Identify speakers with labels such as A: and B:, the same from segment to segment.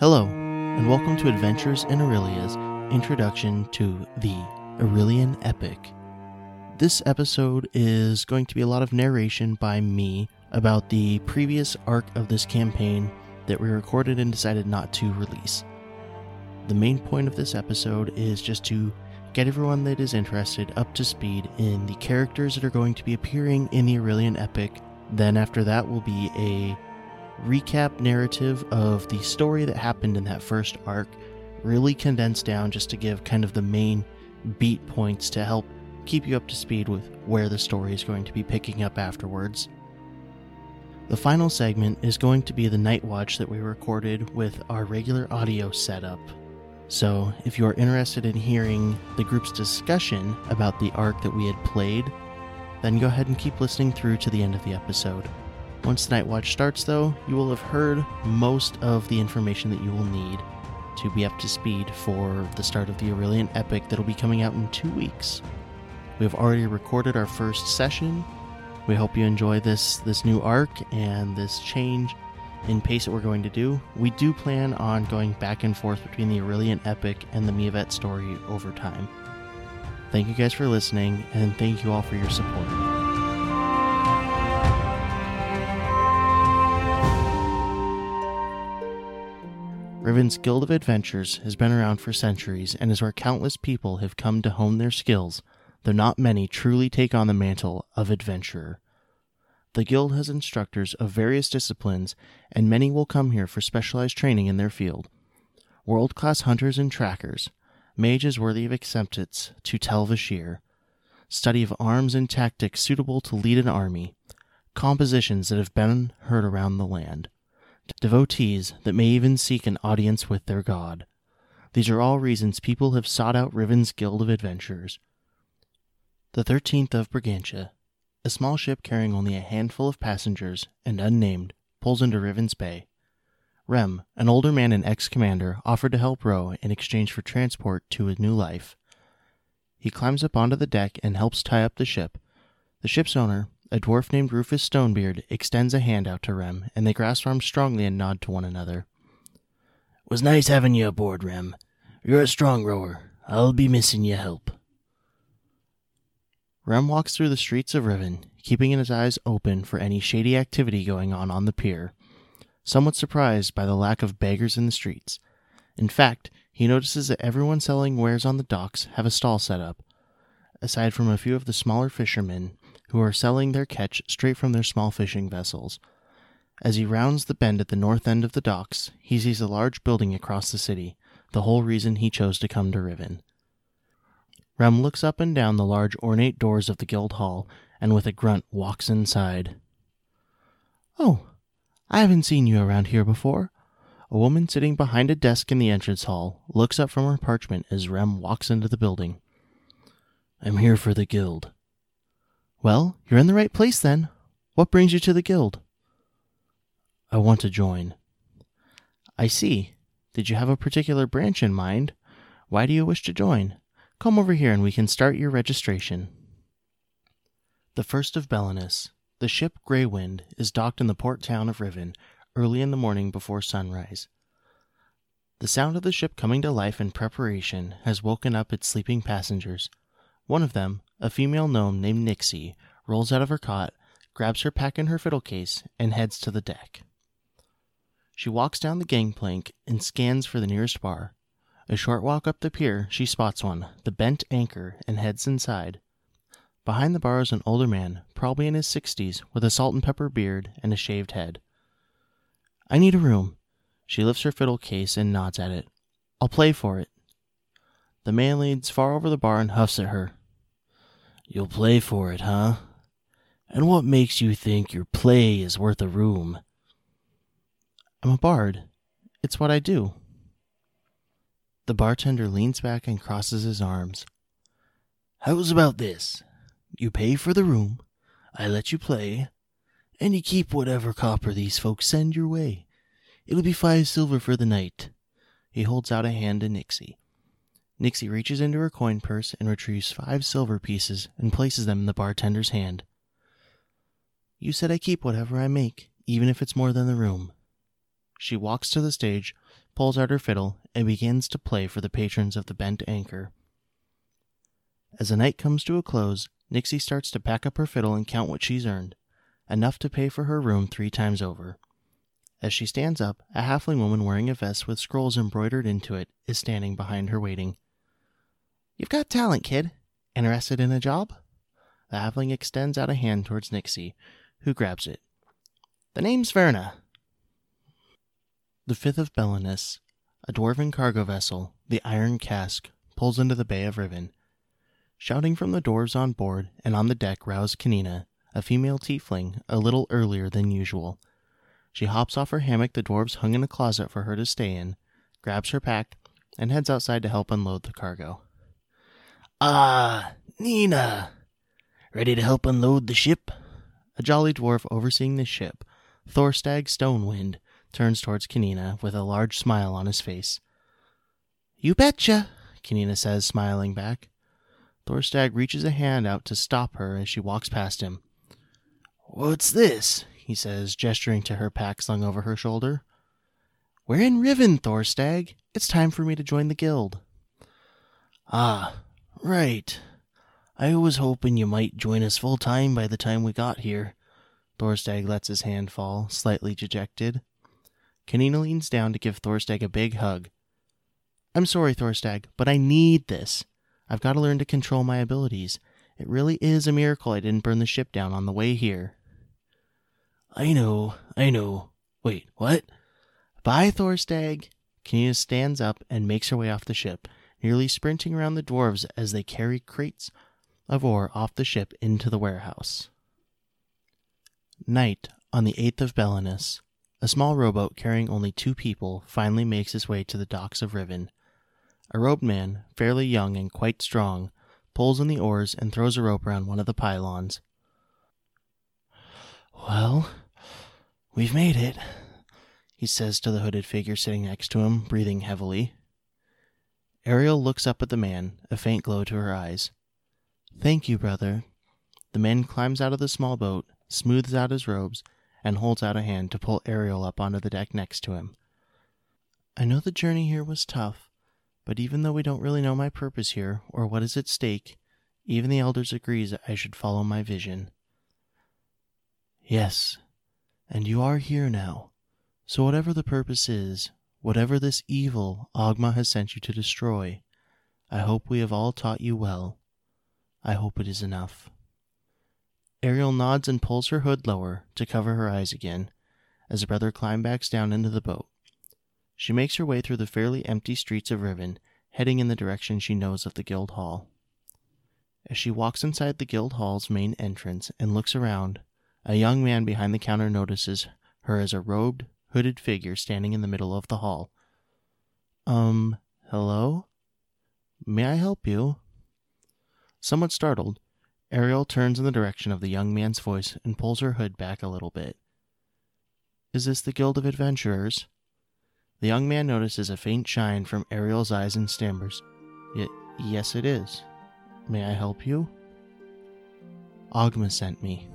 A: Hello, and welcome to Adventures in Aurelia's introduction to the Aurelian Epic. This episode is going to be a lot of narration by me about the previous arc of this campaign that we recorded and decided not to release. The main point of this episode is just to get everyone that is interested up to speed in the characters that are going to be appearing in the Aurelian Epic. Then, after that, will be a recap narrative of the story that happened in that first arc, really condensed down just to give kind of the main beat points to help keep you up to speed with where the story is going to be picking up afterwards. The final segment is going to be the night watch that we recorded with our regular audio setup. So, if you are interested in hearing the group's discussion about the arc that we had played, then go ahead and keep listening through to the end of the episode. Once the Night Watch starts, though, you will have heard most of the information that you will need to be up to speed for the start of the Aurelian Epic that'll be coming out in two weeks. We have already recorded our first session. We hope you enjoy this this new arc and this change in pace that we're going to do. We do plan on going back and forth between the Aurelian Epic and the Miavet story over time. Thank you guys for listening, and thank you all for your support. Riven's Guild of Adventures has been around for centuries and is where countless people have come to hone their skills, though not many truly take on the mantle of adventurer. The Guild has instructors of various disciplines, and many will come here for specialized training in their field. World class hunters and trackers, mages worthy of acceptance to Tel Vashir, study of arms and tactics suitable to lead an army, compositions that have been heard around the land devotees that may even seek an audience with their god. These are all reasons people have sought out Riven's Guild of Adventurers. The 13th of Brigantia, a small ship carrying only a handful of passengers and unnamed, pulls into Riven's Bay. Rem, an older man and ex commander, offered to help Roe in exchange for transport to a new life. He climbs up onto the deck and helps tie up the ship. The ship's owner, a dwarf named Rufus Stonebeard, extends a hand out to Rem, and they grasp arms strongly and nod to one another. Was nice having you aboard, Rem. You're a strong rower. I'll be missing your help. Rem walks through the streets of Riven, keeping his eyes open for any shady activity going on on the pier, somewhat surprised by the lack of beggars in the streets. In fact, he notices that everyone selling wares on the docks have a stall set up, aside from a few of the smaller fishermen who are selling their catch straight from their small fishing vessels. As he rounds the bend at the north end of the docks, he sees a large building across the city, the whole reason he chose to come to Riven. Rem looks up and down the large ornate doors of the Guild Hall and with a grunt walks inside. Oh, I haven't seen you around here before. A woman sitting behind a desk in the entrance hall looks up from her parchment as Rem walks into the building. I'm here for the guild. Well, you're in the right place then. What brings you to the guild? I want to join. I see. Did you have a particular branch in mind? Why do you wish to join? Come over here and we can start your registration. The first of Belinus, the ship Grey Wind, is docked in the port town of Riven early in the morning before sunrise. The sound of the ship coming to life in preparation has woken up its sleeping passengers. One of them, a female gnome named Nixie, rolls out of her cot, grabs her pack and her fiddle case, and heads to the deck. She walks down the gangplank and scans for the nearest bar. A short walk up the pier, she spots one, the bent anchor, and heads inside. Behind the bar is an older man, probably in his 60s, with a salt and pepper beard and a shaved head. I need a room. She lifts her fiddle case and nods at it. I'll play for it. The man leans far over the bar and huffs at her. You'll play for it, huh? And what makes you think your play is worth a room? I'm a bard. It's what I do. The bartender leans back and crosses his arms. How's about this? You pay for the room, I let you play, and you keep whatever copper these folks send your way. It'll be five silver for the night. He holds out a hand to Nixie. Nixie reaches into her coin purse and retrieves five silver pieces and places them in the bartender's hand. You said I keep whatever I make, even if it's more than the room. She walks to the stage, pulls out her fiddle, and begins to play for the patrons of the Bent Anchor. As the night comes to a close, Nixie starts to pack up her fiddle and count what she's earned, enough to pay for her room three times over. As she stands up, a halfling woman wearing a vest with scrolls embroidered into it is standing behind her waiting. You've got talent, kid. Interested in a job? The halfling extends out a hand towards Nixie, who grabs it. The name's Verna. The fifth of Belinus, a dwarven cargo vessel, the Iron Cask, pulls into the Bay of Riven. Shouting from the dwarves on board and on the deck roused Kanina, a female tiefling, a little earlier than usual. She hops off her hammock the dwarves hung in a closet for her to stay in, grabs her pack, and heads outside to help unload the cargo. Ah, Nina! Ready to help unload the ship? A jolly dwarf overseeing the ship, Thorstag Stonewind, turns towards Kanina with a large smile on his face. You betcha, Kanina says, smiling back. Thorstag reaches a hand out to stop her as she walks past him. What's this? he says, gesturing to her pack slung over her shoulder. We're in Riven, Thorstag. It's time for me to join the guild. Ah, right. I was hoping you might join us full time by the time we got here. Thorstag lets his hand fall, slightly dejected. Kanina leans down to give Thorstag a big hug. I'm sorry, Thorstag, but I need this. I've got to learn to control my abilities. It really is a miracle I didn't burn the ship down on the way here. I know, I know. Wait, what? Bye, Thorstag. Kanina stands up and makes her way off the ship, nearly sprinting around the dwarves as they carry crates of ore off the ship into the warehouse. Night on the 8th of Belinus. A small rowboat carrying only two people finally makes its way to the docks of Riven. A robed man, fairly young and quite strong, pulls on the oars and throws a rope around one of the pylons. Well, we've made it, he says to the hooded figure sitting next to him, breathing heavily. Ariel looks up at the man, a faint glow to her eyes. Thank you, brother. The man climbs out of the small boat, smooths out his robes, and holds out a hand to pull Ariel up onto the deck next to him. I know the journey here was tough, but even though we don't really know my purpose here or what is at stake, even the elders agrees I should follow my vision. Yes, and you are here now. So whatever the purpose is, whatever this evil Agma has sent you to destroy, I hope we have all taught you well. I hope it is enough. Ariel nods and pulls her hood lower to cover her eyes again as Brother Climb backs down into the boat. She makes her way through the fairly empty streets of Riven, heading in the direction she knows of the Guild Hall. As she walks inside the Guild Hall's main entrance and looks around, a young man behind the counter notices her as a robed, hooded figure standing in the middle of the hall. Um, hello? May I help you? Somewhat startled, Ariel turns in the direction of the young man's voice and pulls her hood back a little bit. Is this the Guild of Adventurers? The young man notices a faint shine from Ariel's eyes and stammers. Y- yes, it is. May I help you? Ogma sent me.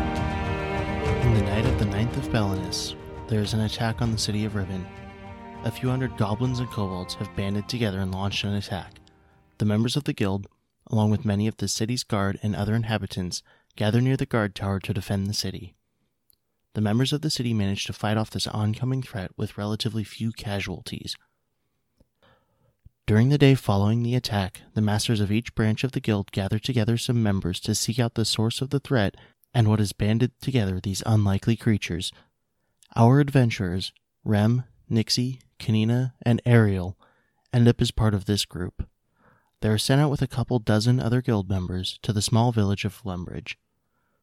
A: In the night of the 9th of Belinus, there is an attack on the city of Riven. A few hundred goblins and kobolds have banded together and launched an attack. The members of the guild, along with many of the city's guard and other inhabitants, gather near the guard tower to defend the city. The members of the city manage to fight off this oncoming threat with relatively few casualties. During the day following the attack, the masters of each branch of the guild gather together some members to seek out the source of the threat and what has banded together these unlikely creatures. Our adventurers, Rem, Nixie, Kanina, and Ariel, end up as part of this group. They are sent out with a couple dozen other guild members to the small village of Lumbridge.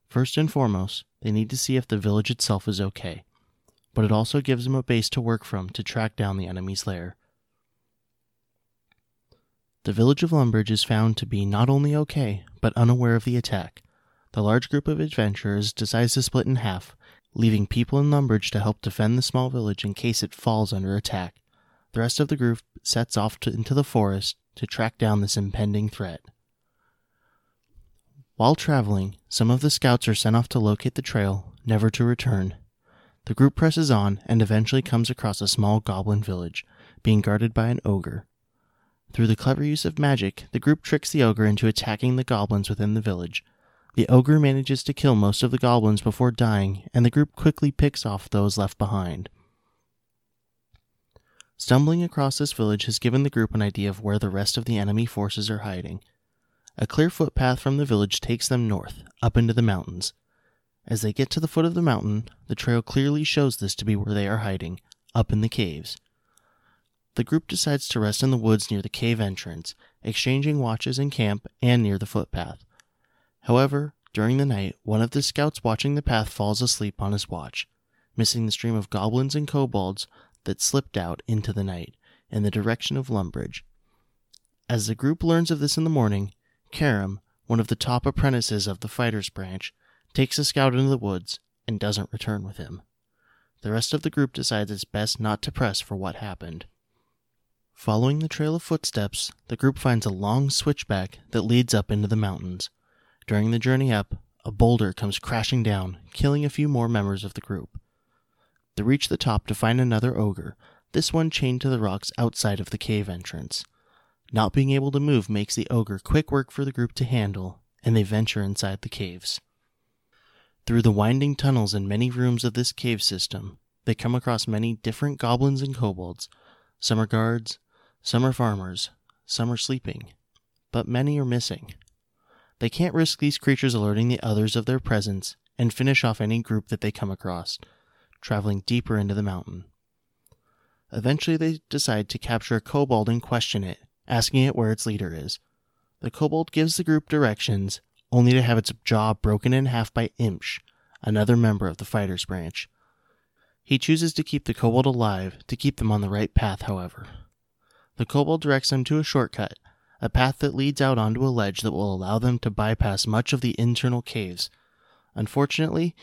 A: First and foremost, they need to see if the village itself is okay, but it also gives them a base to work from to track down the enemy's lair. The village of Lumbridge is found to be not only okay, but unaware of the attack the large group of adventurers decides to split in half, leaving people in Lumbridge to help defend the small village in case it falls under attack. The rest of the group sets off to, into the forest to track down this impending threat. While traveling, some of the scouts are sent off to locate the trail, never to return. The group presses on and eventually comes across a small goblin village, being guarded by an ogre. Through the clever use of magic, the group tricks the ogre into attacking the goblins within the village. The ogre manages to kill most of the goblins before dying, and the group quickly picks off those left behind. Stumbling across this village has given the group an idea of where the rest of the enemy forces are hiding. A clear footpath from the village takes them north, up into the mountains. As they get to the foot of the mountain, the trail clearly shows this to be where they are hiding, up in the caves. The group decides to rest in the woods near the cave entrance, exchanging watches in camp and near the footpath. However, during the night, one of the scouts watching the path falls asleep on his watch, missing the stream of goblins and kobolds that slipped out into the night in the direction of Lumbridge. As the group learns of this in the morning, Karam, one of the top apprentices of the fighters branch, takes a scout into the woods and doesn't return with him. The rest of the group decides it's best not to press for what happened. Following the trail of footsteps, the group finds a long switchback that leads up into the mountains. During the journey up, a boulder comes crashing down, killing a few more members of the group. They reach the top to find another ogre, this one chained to the rocks outside of the cave entrance. Not being able to move makes the ogre quick work for the group to handle, and they venture inside the caves. Through the winding tunnels and many rooms of this cave system, they come across many different goblins and kobolds. Some are guards, some are farmers, some are sleeping, but many are missing. They can't risk these creatures alerting the others of their presence and finish off any group that they come across, traveling deeper into the mountain. Eventually, they decide to capture a kobold and question it, asking it where its leader is. The kobold gives the group directions, only to have its jaw broken in half by Imsh, another member of the fighters branch. He chooses to keep the kobold alive to keep them on the right path, however. The kobold directs them to a shortcut, a path that leads out onto a ledge that will allow them to bypass much of the internal caves. Unfortunately,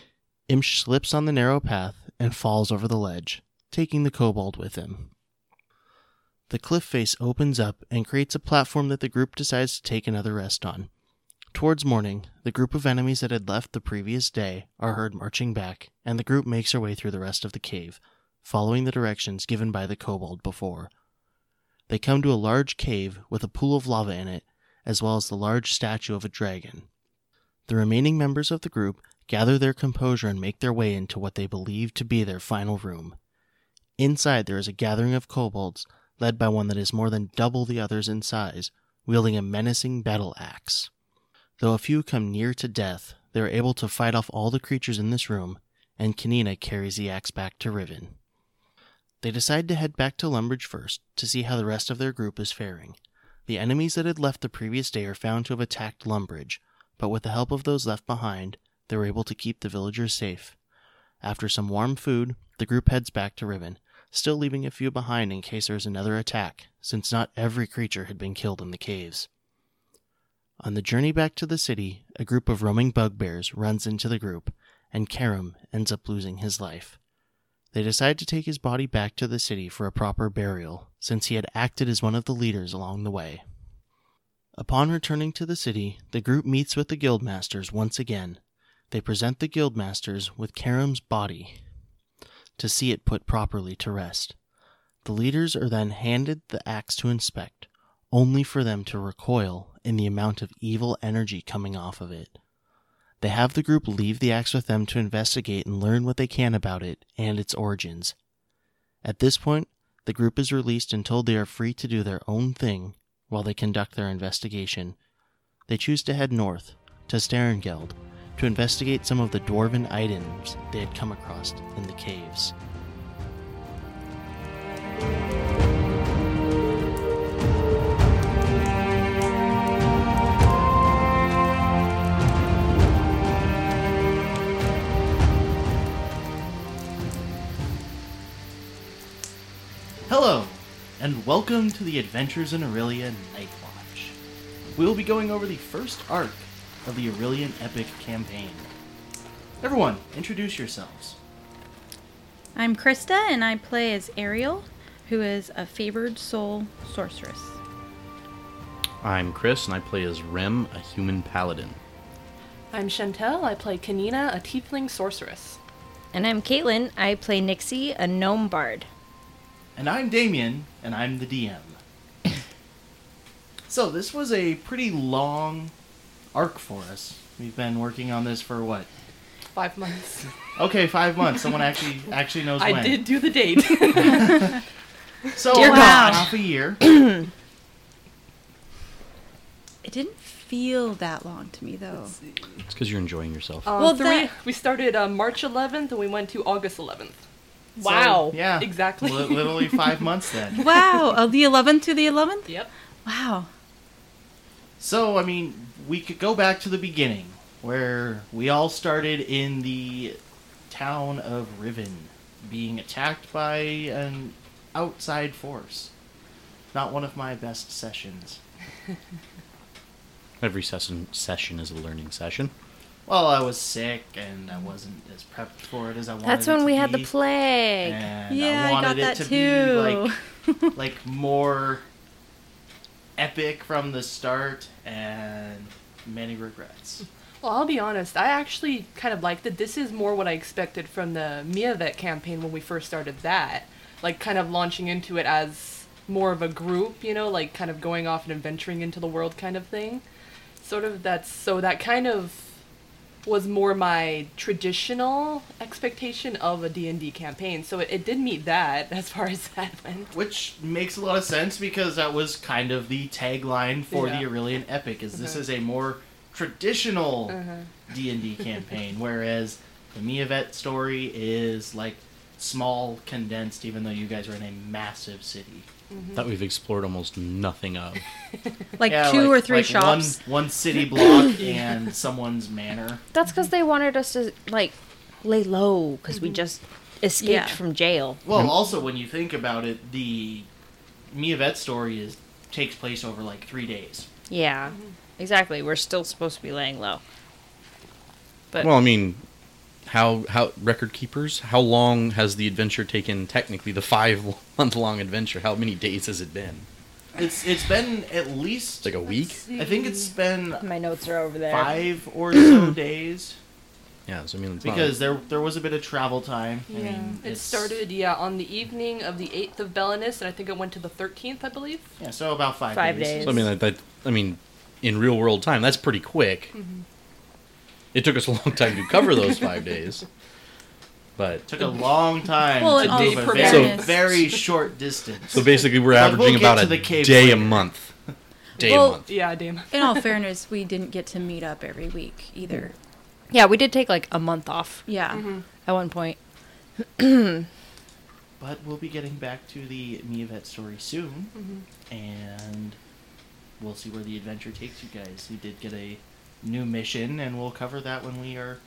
A: Imsh slips on the narrow path and falls over the ledge, taking the kobold with him. The cliff face opens up and creates a platform that the group decides to take another rest on. Towards morning, the group of enemies that had left the previous day are heard marching back, and the group makes their way through the rest of the cave, following the directions given by the kobold before. They come to a large cave with a pool of lava in it, as well as the large statue of a dragon. The remaining members of the group gather their composure and make their way into what they believe to be their final room. Inside, there is a gathering of kobolds, led by one that is more than double the others in size, wielding a menacing battle axe. Though a few come near to death, they are able to fight off all the creatures in this room, and Kanina carries the axe back to Riven. They decide to head back to Lumbridge first to see how the rest of their group is faring. The enemies that had left the previous day are found to have attacked Lumbridge, but with the help of those left behind, they were able to keep the villagers safe. After some warm food, the group heads back to Riven, still leaving a few behind in case there is another attack, since not every creature had been killed in the caves. On the journey back to the city, a group of roaming bugbears runs into the group, and Karam ends up losing his life. They decide to take his body back to the city for a proper burial, since he had acted as one of the leaders along the way. Upon returning to the city, the group meets with the guildmasters once again. They present the guildmasters with Karam's body, to see it put properly to rest. The leaders are then handed the axe to inspect, only for them to recoil in the amount of evil energy coming off of it. They have the group leave the axe with them to investigate and learn what they can about it and its origins. At this point, the group is released and told they are free to do their own thing while they conduct their investigation. They choose to head north, to Sterengeld, to investigate some of the dwarven items they had come across in the caves. Hello, and welcome to the Adventures in Aurelia Night Watch. We will be going over the first arc of the Aurelian Epic campaign. Everyone, introduce yourselves.
B: I'm Krista, and I play as Ariel, who is a favored soul sorceress.
C: I'm Chris, and I play as Rem, a human paladin.
D: I'm Chantel. I play Kanina, a tiefling sorceress.
E: And I'm Caitlin. I play Nixie, a gnome bard.
A: And I'm Damien, and I'm the DM. so this was a pretty long arc for us. We've been working on this for what?
D: Five months.
A: Okay, five months. Someone actually actually knows when.
D: I did do the date. Um,
A: So
E: Dear
A: about
E: God.
A: half a year.
B: It didn't feel that long to me though.
C: It's because you're enjoying yourself.
D: Um,
B: Well,
D: three,
B: that-
D: we started uh, March 11th and we went to August 11th.
C: Wow.
A: Yeah,
D: Exactly.
A: Li- literally five months then.
B: wow, oh, the 11th to the 11th?
D: Yep.
B: Wow.
A: So, I mean, we could go back to the beginning, where we all started in the town of Riven, being attacked by an outside force. Not one of my best sessions.
C: Every session session is a learning session.
A: Well, I was sick and I wasn't as prepped for it as I wanted.
E: That's
A: it
E: when
A: to
E: we had the
A: be,
E: plague.
A: And
B: yeah,
A: I
B: I, got
A: wanted
B: that
A: it to
B: too.
A: be like, like more epic from the start, and many regrets.
D: Well, I'll be honest. I actually kind of liked it. This is more what I expected from the Miavet campaign when we first started that. Like, kind of launching into it as more of a group, you know, like kind of going off and adventuring into the world kind of thing. Sort of that's so that kind of was more my traditional expectation of a D&D campaign. So it, it did meet that as far as that went.
A: Which makes a lot of sense because that was kind of the tagline for the
D: Yeah.
A: Aurelian Epic. Is this
B: Uh-huh.
D: Mhm.
A: is a more traditional D and D campaign, whereas the Miavet story is like small, condensed. Even though you guys are in a massive city,
C: That we've explored almost nothing of.
B: Like
A: Yeah,
B: two or three
A: like
B: shops.
A: one, one city block and someone's manor.
F: That's because they wanted us to like lay low because we just escaped
B: Yeah.
F: from jail.
A: Well, also when you think about it, the Miavet story is takes place over like three days.
F: Yeah, exactly. We're still supposed to be laying low. But
C: Well, I mean, how how record keepers? How long has the adventure taken? Technically, the five month long adventure. How many days has it been?
A: It's it's been at least
C: It's like a week.
A: I think it's been
F: my notes are over there.
A: five or so days
C: Yeah. So I mean, it's not-
A: because there there was a bit of travel time. I mean,
D: It
A: it's-
D: started, yeah, on the evening of the 8th of Belinus, and I think it went to the 13th, I believe.
A: Yeah, so about five,
F: Five
A: days.
F: days.
C: So, I mean, that, that I mean, in real world time, that's pretty quick. It took us a long time to cover those five days, but
A: Took a long time
B: Well,
A: to
B: and
A: move
D: all
A: a
D: for
A: very,
B: fairness.
A: very short distance.
C: so basically we're
A: But we'll
C: averaging
A: get
C: about
A: to
C: a
A: the cave
C: day
A: later.
C: a month. Day
B: Well-
C: a month.
D: Yeah, damn.
B: In all fairness, we didn't get to meet up every week either.
F: yeah, we did take like a month off
B: Yeah.
A: Mm-hmm.
D: Mm-hmm.
F: at one point.
A: But we'll be getting back to the Miavet story
D: Mm-hmm.
A: soon, and we'll see where the adventure takes you guys. We did get a new mission, and we'll cover that when we are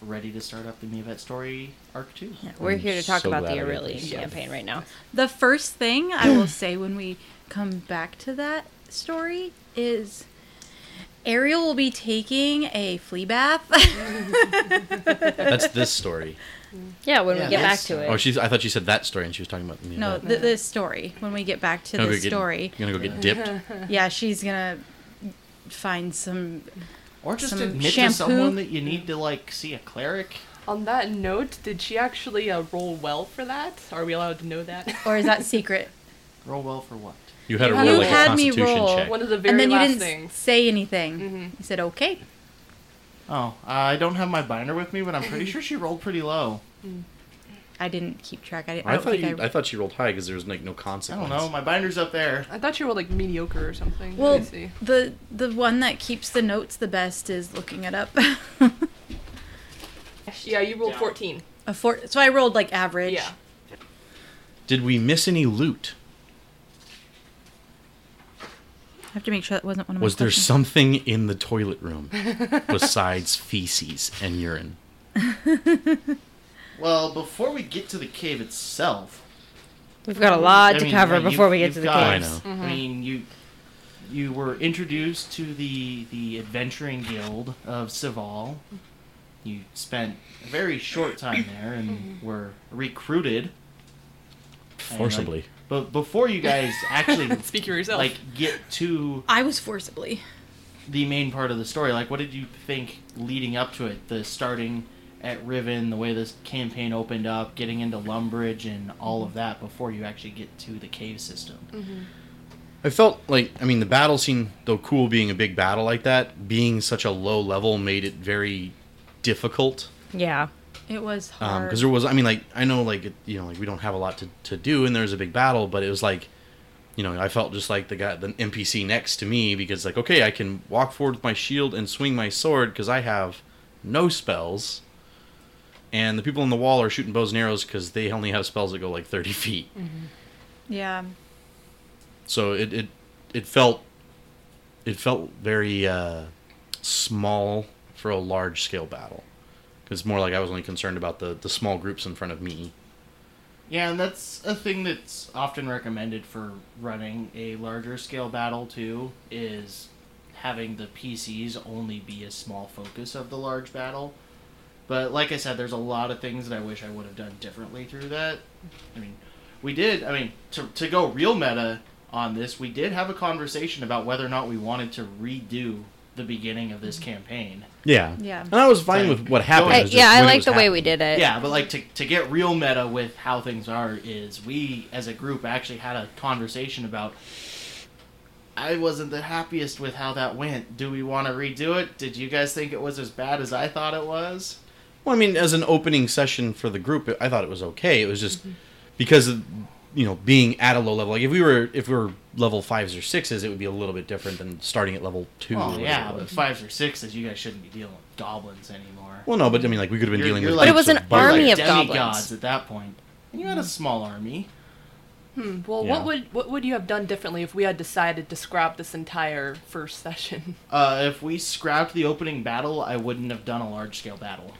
A: ready to start up the Miavet story arc two.
F: Yeah, we're
C: I'm
F: here to talk
C: so
F: about
C: glad I
F: the
C: read
F: Aurelian
C: this.
F: campaign right now.
B: The first thing I will say when we come back to that story is Ariel will be taking a flea bath.
C: That's this story.
F: Yeah, when
A: Yeah,
F: we get back
A: that's-
F: to it.
C: Oh, she's. I thought she said that story, and she was talking about me.
B: no, th- this story. When we get back to the story,
C: You're gonna go get dipped.
B: yeah, she's gonna find some.
A: Or just
B: Some
A: admit to
B: shampoo.
A: someone that you need to like see a cleric.
D: On that note, did she actually uh, roll well for that? Are we allowed to know that?
B: Or is that secret?
A: Roll well for what?
C: You had her
D: You
C: roll like a
B: had me
C: constitution
B: roll.
C: check.
D: One of the very
B: and then you
D: last
B: didn't s-
D: things.
B: say anything.
D: Mhm.
B: You said okay.
A: Oh, I don't have my binder with me, but I'm pretty sure she rolled pretty low.
B: I didn't keep track. I, didn't, I,
C: I
B: don't
C: thought
B: think
C: you,
B: I.
C: I thought she rolled high because there was like no
A: I
C: consequence.
A: don't know. My binder's up there.
D: I thought you were like mediocre or something.
B: well,
D: Let me see.
B: the the one that keeps the notes the best is looking it up.
D: yeah, you rolled
A: Yeah.
D: 14.
B: a four, so I rolled like average.
D: Yeah.
C: Did we miss any loot?
B: I have to make sure that wasn't one of my.
C: Was there
B: questions.
C: something in the toilet room besides feces and urine?
A: Well, before we get to the cave itself,
F: We've got a lot
A: I
F: to
A: mean,
F: cover
A: you-
F: before we get
A: you've
F: to the
A: got-
C: I
F: cave.
C: know.
A: I mean, you you were introduced to the the adventuring guild of Sival. You spent a
F: Mm-hmm.
A: very short time there and were recruited. And, like,
C: Forcibly.
A: But before you guys actually
D: Speak for yourself.
A: like get to
B: I was forcibly.
A: the main part of the story, like what did you think leading up to it? The starting at Riven, the way this campaign opened up, getting into Lumbridge and all of that before you actually get to the cave system.
C: I felt like I mean the battle scene, though cool being a big battle like that, being such a low level made it very difficult.
F: Yeah.
B: It was
C: Um 'cause
B: hard.
C: because there was I mean like I know like it, you know like we don't have a lot to, to do and there's a big battle but it was like you know I felt just like the guy the NPC next to me because like okay I can walk forward with my shield and swing my sword because I have no spells and the people on the wall are shooting bows and arrows because they only have spells that go like 30 feet
B: yeah.
C: so it, it it felt it felt very uh, small for a large scale battle because more like I was only concerned about the the small groups in front of me
A: Yeah, and that's a thing that's often recommended for running a larger scale battle too is having the PCs only be a small focus of the large battle. But like I said, there's a lot of things that I wish I would have done differently through that. I mean, we did, I mean, to to go real meta on this, we did have a conversation about whether or not we wanted to redo the beginning of this campaign.
C: Yeah.
B: Yeah.
C: And I was fine with what happened.
A: I-
C: it
F: I,
C: was just
F: yeah, I
C: when it
F: like
C: was
F: the way we
C: happening.
F: did it.
A: Yeah, but like to, to get real meta with how things are is we as a group actually had a conversation about I wasn't the happiest with how that went. Do we want to redo it? Did you guys think it was as bad as I thought it was?
C: Well, I mean, as an opening session for the group, I thought it was okay. It was just because of you know being at a low level. Like if we were if we were level fives or sixes, it would be a little bit different than starting at level two. or
A: Well,
C: whatever
A: yeah,
C: it
A: but
C: was.
A: fives or sixes, you guys shouldn't be dealing with goblins anymore.
C: Well, no, but I mean, like we could have been
A: You're-
C: dealing
A: you're
C: with.
A: like-
F: But it was
C: groups
F: an
C: bugs.
A: You're
F: army
A: like
F: of goblins.
A: demigods at that point. And you had a small army.
D: Hmm, well,
C: Yeah.
D: what would what would you have done differently if we had decided to scrap this entire first session?
A: Uh, if we scrapped the opening battle, I wouldn't have done a large scale battle.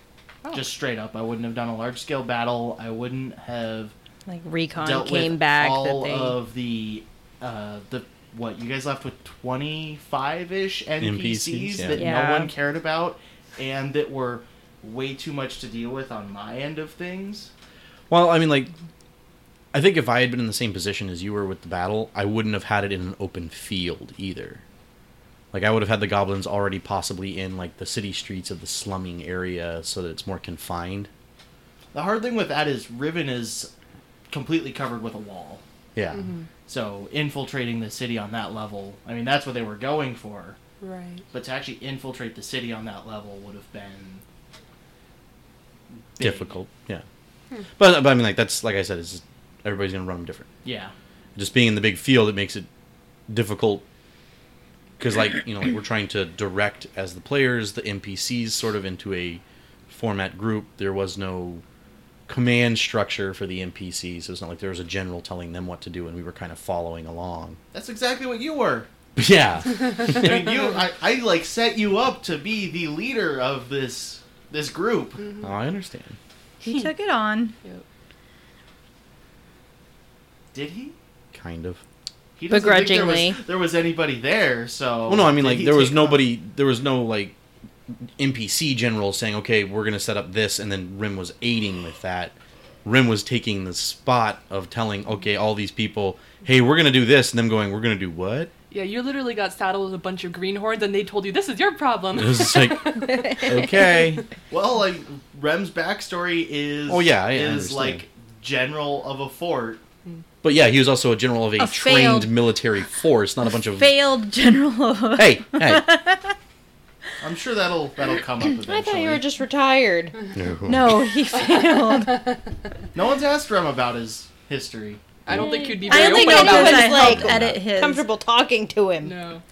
F: Oh.
A: Just straight up, I wouldn't have done a large scale battle. I wouldn't have
F: Like Recon
A: dealt
F: came
A: with
F: back.
A: all
F: That they,
A: of the uh, the what you guys left with twenty five ish NPCs
C: NPCs, yeah.
A: that
F: Yeah.
A: no one cared about and that were way too much to deal with on my end of things.
C: Well, I mean, like I think if I had been in the same position as you were with the battle, I wouldn't have had it in an open field either. Like I would have had the goblins already possibly in like the city streets of the slumming area, so that it's more confined.
A: The hard thing with that is Riven is completely covered with a wall.
C: Yeah.
A: So infiltrating the city on that level, I mean that's what they were going for.
D: Right.
A: But to actually infiltrate the city on that level would have been big.
C: difficult. Yeah, but but I mean, like that's like I said, it's just, everybody's gonna run them different.
A: Yeah.
C: Just being in the big field, it makes it difficult because like you know like we're trying to direct as the players the NPCs sort of into a format group. There was no command structure for the NPCs, so it's not like there was a general telling them what to do, and we were kind of following along.
A: That's exactly what you were.
C: yeah,
A: I mean, you, I, I like set you up to be the leader of this this group.
C: Oh, I understand.
D: Hmm.
B: He took it on.
D: Yep.
A: Did he?
C: Kind of.
A: He doesn't think there was- there
F: Begrudgingly.
A: was, anybody there, so.
C: Well, no, I mean,
A: did
C: like
A: he
C: there was
A: take
C: nobody, there was no like NPC general saying, "Okay, we're gonna set up this," and then Rim was aiding with that. Rim was taking the spot of telling, "Okay, all these people, hey, we're gonna do this," and them going, "We're gonna do what?"
D: Yeah, you literally got saddled with a bunch of greenhorns, and they told you this is your problem.
C: It was just like, okay,
A: on- Well, like Rem's backstory is.
C: Oh, yeah, I- I
A: is
C: understand.
A: like general of a fort.
C: but yeah, he was also a general of a,
B: A
C: trained
B: failed-
C: military force, not a bunch of.
B: Failed general.
C: Hey, hey.
A: I'm sure that'll that'll come up eventually.
F: I thought you were just retired.
C: no.
B: No, he failed.
A: No one's asked Rem about his history.
D: I don't think you'd be
F: I
D: very
F: don't think
C: oh
D: open about
F: anyone's
D: it.
B: I helped
F: like
B: edit his.
F: comfortable talking to him.
D: No.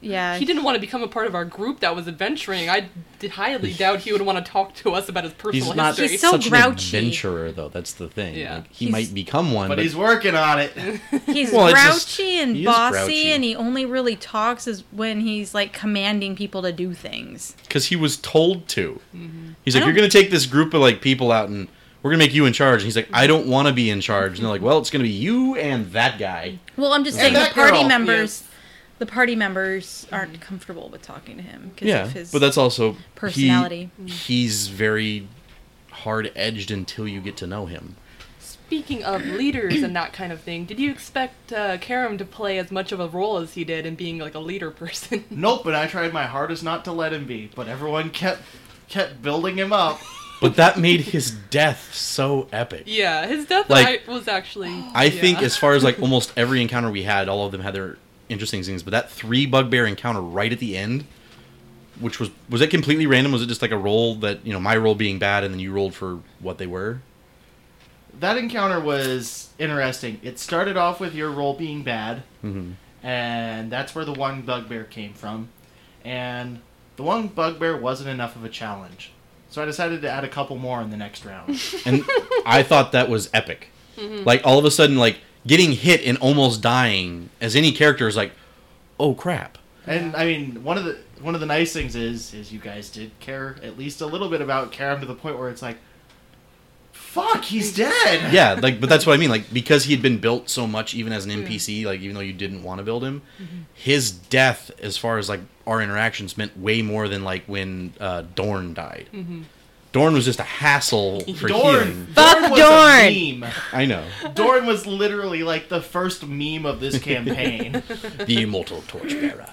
B: Yeah.
D: He didn't want to become a part of our group that was adventuring. I d- highly doubt he would want to talk to us about his personal
C: He's not
D: history.
B: He's so
C: such
B: grouchy.
C: an adventurer, though. That's the thing.
D: Yeah.
C: Like, he
B: He's-
C: might become one,
A: But
C: but
A: he's working on it.
B: He's
C: Well, it's
B: grouchy
C: just-
B: and
C: he is
B: bossy,
C: grouchy.
B: and he only really talks is when he's like commanding people to do things.
C: because he was told to. He's like,
B: Mm-hmm. I
C: "You're
B: don't-
C: gonna take this group of like people out, and we're gonna make you in charge." And he's like,
B: Mm-hmm.
C: "I don't want to be in charge." And they're like, "Well, it's gonna be you and that guy."
B: Well, I'm just
A: And
B: saying the
A: that
B: party
A: girl,
B: members, the party members aren't comfortable with talking to him because
C: Yeah,
B: of his.
C: but that's also he-
B: personality.
C: he's very hard edged until you get to know him.
D: Speaking of leaders and that kind of thing, did you expect uh, Karam to play as much of a role as he did in being like a leader person?
A: Nope, and I tried my hardest not to let him be, but everyone kept kept building him up.
C: But that made his death so epic.
D: yeah, his death
C: Like-
D: I, was actually.
C: I think
D: yeah.
C: as far as like almost every encounter we had, all of them had their interesting things. But that three bugbear encounter right at the end, which was was that completely random? Was it just like a roll that you know my roll being bad and then you rolled for what they were?
A: That encounter was interesting. It started off with your roll being bad,
C: Mm-hmm.
A: and that's where the one bugbear came from. And the one bugbear wasn't enough of a challenge, so I decided to add a couple more in the next round.
C: And I thought that was epic. Like all of a sudden, like getting hit and almost dying as any character is like, oh crap.
A: And I mean, one of the one of the nice things is is you guys did care at least a little bit about Karam to the point where it's like, fuck, he's dead.
C: yeah, like, but that's what I mean. Like, because he had been built so much, even as an NPC, like, even though you didn't want to build him, his death, as far as like our interactions, meant way more than like when uh, Dorn died. Dorn was just a hassle for
A: Dorn,
C: healing.
F: Fuck
A: was a
F: Dorn.
A: meme.
C: I know
A: Dorn was literally like the first meme of this campaign.
C: the immortal torchbearer,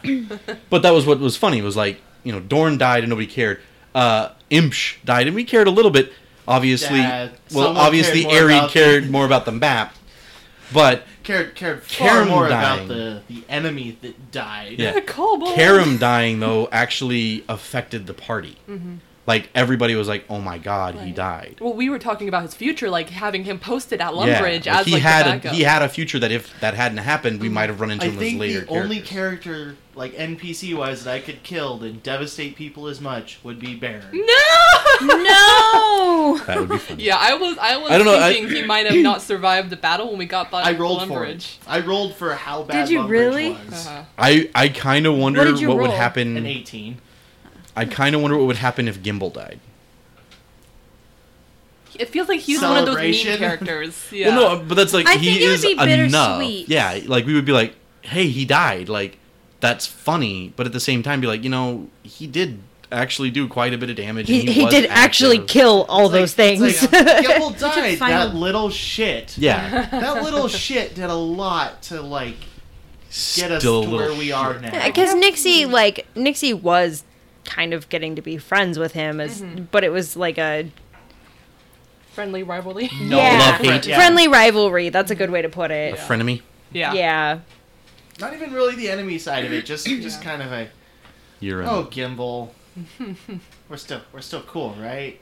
C: but that was what was funny. Was like, you know, Dorn died and nobody cared. Uh, Imsh died and we cared a little bit. Obviously,
A: Yeah,
C: well,
A: someone
C: obviously,
A: cared more
C: Aerie
A: about the-
C: cared more about the map, but
A: cared cared far
C: Karam
A: more
C: dying.
A: about the the enemy that died.
C: yeah.
D: Kobold.
C: Karam dying though actually affected the party. Like everybody was like, "Oh my god, he
D: Right.
C: died."
D: Well, we were talking about his future, like having him posted at
C: Yeah,
D: Lumbridge
C: like,
D: as
C: he
D: like
C: had
D: the
C: a,
D: backup.
C: he had a future that if that hadn't happened, we might have run into
A: I
C: him as
A: think the
C: later.
A: only character,
C: characters.
A: like NPC wise, that I could kill that devastate people as much would be
D: Mm,
A: Baron.
D: no.
B: No!
C: that would be funny.
D: Yeah, I was I was
C: I don't know, I-
D: thinking he might have not survived the battle when we got by
A: I rolled for
D: Lumbridge.
A: it. I rolled for how bad
B: Did you
A: Lumbridge
B: really?
A: was.
D: Uh-huh.
C: I I kind of wonder
B: did
C: what,
B: you
C: would
B: roll?
A: An
C: happen.
A: 18.
C: I kind of wonder what would happen if Gimbal died.
D: It feels like he's one of those
A: Celebration?
D: mean characters. Yeah.
C: Well, no, but that's like
B: I
C: he
B: think it would
C: is
B: be
C: enough.
B: bittersweet.
C: Yeah, like we would be like, "Hey, he died." Like that's funny, but at the same time, be like, you know, he did actually do quite a bit of damage. and
F: He, he
C: was
F: did actually
C: active.
F: kill all those
A: Like,
F: things.
A: Gimble died.
B: final-
A: That little shit.
C: Yeah,
A: That little shit did a lot to like get us
C: Still a
A: to
C: little
A: where we are
C: shit.
A: now.
F: Because Nixie, like Nixie, was kind of getting to be friends with him, as but it was like a
D: Friendly rivalry.
A: No
F: Yeah.
C: love
A: friend-
C: hate.
A: yeah.
F: friendly rivalry. That's a good way to put it.
D: Yeah.
C: frenemy.
D: Yeah.
F: Yeah.
A: Not even really the enemy side of it. Just just kind of a
C: You're in.
A: oh Gimbal. we're still we're still cool, right?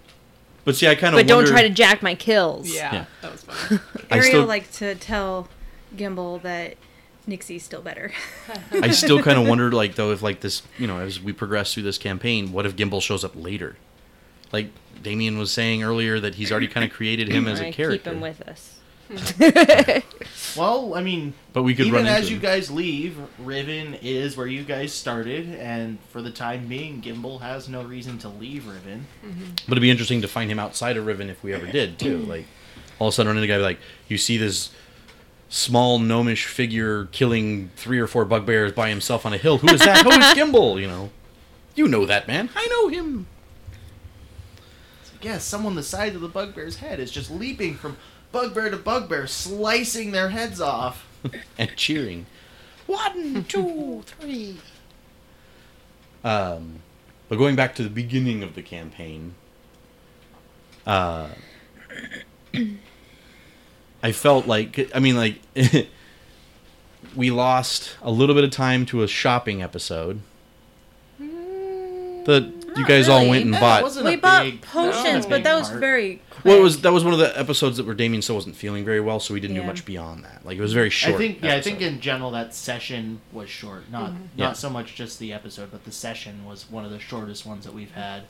C: But see, I kind of.
F: But don't try to jack my kills.
D: Yeah,
C: Yeah.
D: that was fun.
C: I
B: Ariel
C: still,
B: likes to tell Gimbal that Nixie's still better.
C: I still kind of wondered, like, though, if like this, you know, as we progress through this campaign, what if Gimbal shows up later? Like Damien was saying earlier that he's already kind of created him as a
F: Wanna
C: character.
F: Keep him with us.
A: Well, I mean,
C: but we could
A: even
C: run into
A: as you
C: him.
A: guys leave, Riven is where you guys started, and for the time being, Gimbal has no reason to leave Riven.
C: But it'd be interesting to find him outside of Riven if we ever did too. Like all of a sudden run into a guy like you see this small gnomish figure killing three or four bugbears by himself on a hill. Who is that? Who is Gimbal? You know. You know that man. I know him.
A: Yeah, someone the size of the bugbear's head is just leaping from bugbear to bugbear, slicing their heads off.
C: and cheering. One, two, three. Um, but going back to the beginning of the campaign, uh, I felt like I mean, like we lost a little bit of time to a shopping episode. The you guys all
B: really.
C: went and
A: That
C: bought.
A: wasn't
B: we
A: a
B: bought
A: big-
B: potions,
A: no.
B: but that was
A: Part.
B: very.
C: Well, it was that was one of the episodes that where Damien still wasn't feeling very well, so we didn't do
B: Yeah.
C: much beyond that. Like it was very short.
A: I think yeah, I think
C: episode.
A: in general that session was short. Not not
C: Yeah.
A: so much just the episode, but the session was one of the shortest ones that we've had.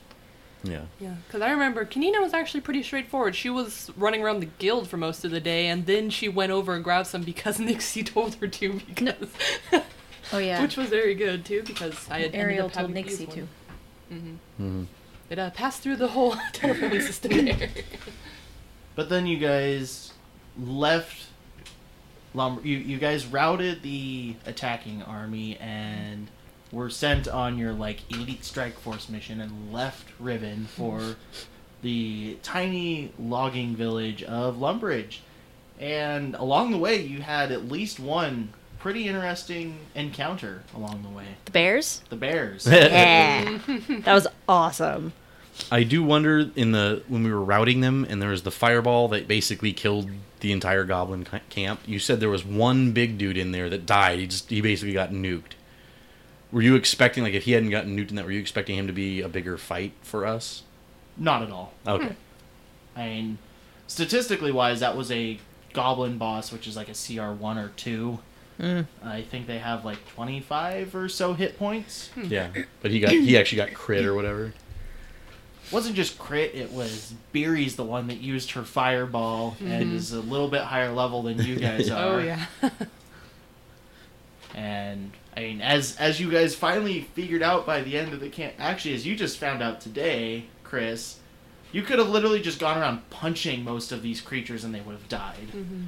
C: yeah.
D: Yeah, because I remember Kanina was actually pretty straightforward. She was running around the guild for most of the day, and then she went over and grabbed some because Nixie told her to. Because
B: Oh yeah.
D: which was very good too, because I had ended
B: Ariel
D: up
B: told
D: having to use
B: Nixie
D: one.
B: to.
A: Mm-hmm.
D: It uh, passed through the whole telephone system there.
A: But then you guys left. Lum- you you guys routed the attacking army and were sent on your like elite strike force mission and left Riven for the tiny logging village of Lumbridge. And along the way, you had at least one pretty interesting encounter along the way.
F: The bears?
A: The bears.
F: Yeah. that was awesome.
C: I do wonder in the when we were routing them and there was the fireball that basically killed the entire goblin ca- camp. You said there was one big dude in there that died. He just he basically got nuked. Were you expecting like if he hadn't gotten nuked in that were you expecting him to be a bigger fight for us?
A: Not at all.
C: Okay.
A: I mean, statistically wise, that was a goblin boss, which is like a CR one or two.
C: Mm.
A: I think they have like twenty five or so hit points.
D: Hmm.
C: Yeah. But he got he actually got crit or whatever.
A: wasn't just crit; it was Beery's the one that used her fireball
C: Mm-hmm.
A: and is a little bit higher level than you guys are.
D: Oh yeah.
A: And I mean, as as you guys finally figured out by the end of the camp, actually, as you just found out today, Chris, you could have literally just gone around punching most of these creatures and they would have died.
D: Mm-hmm.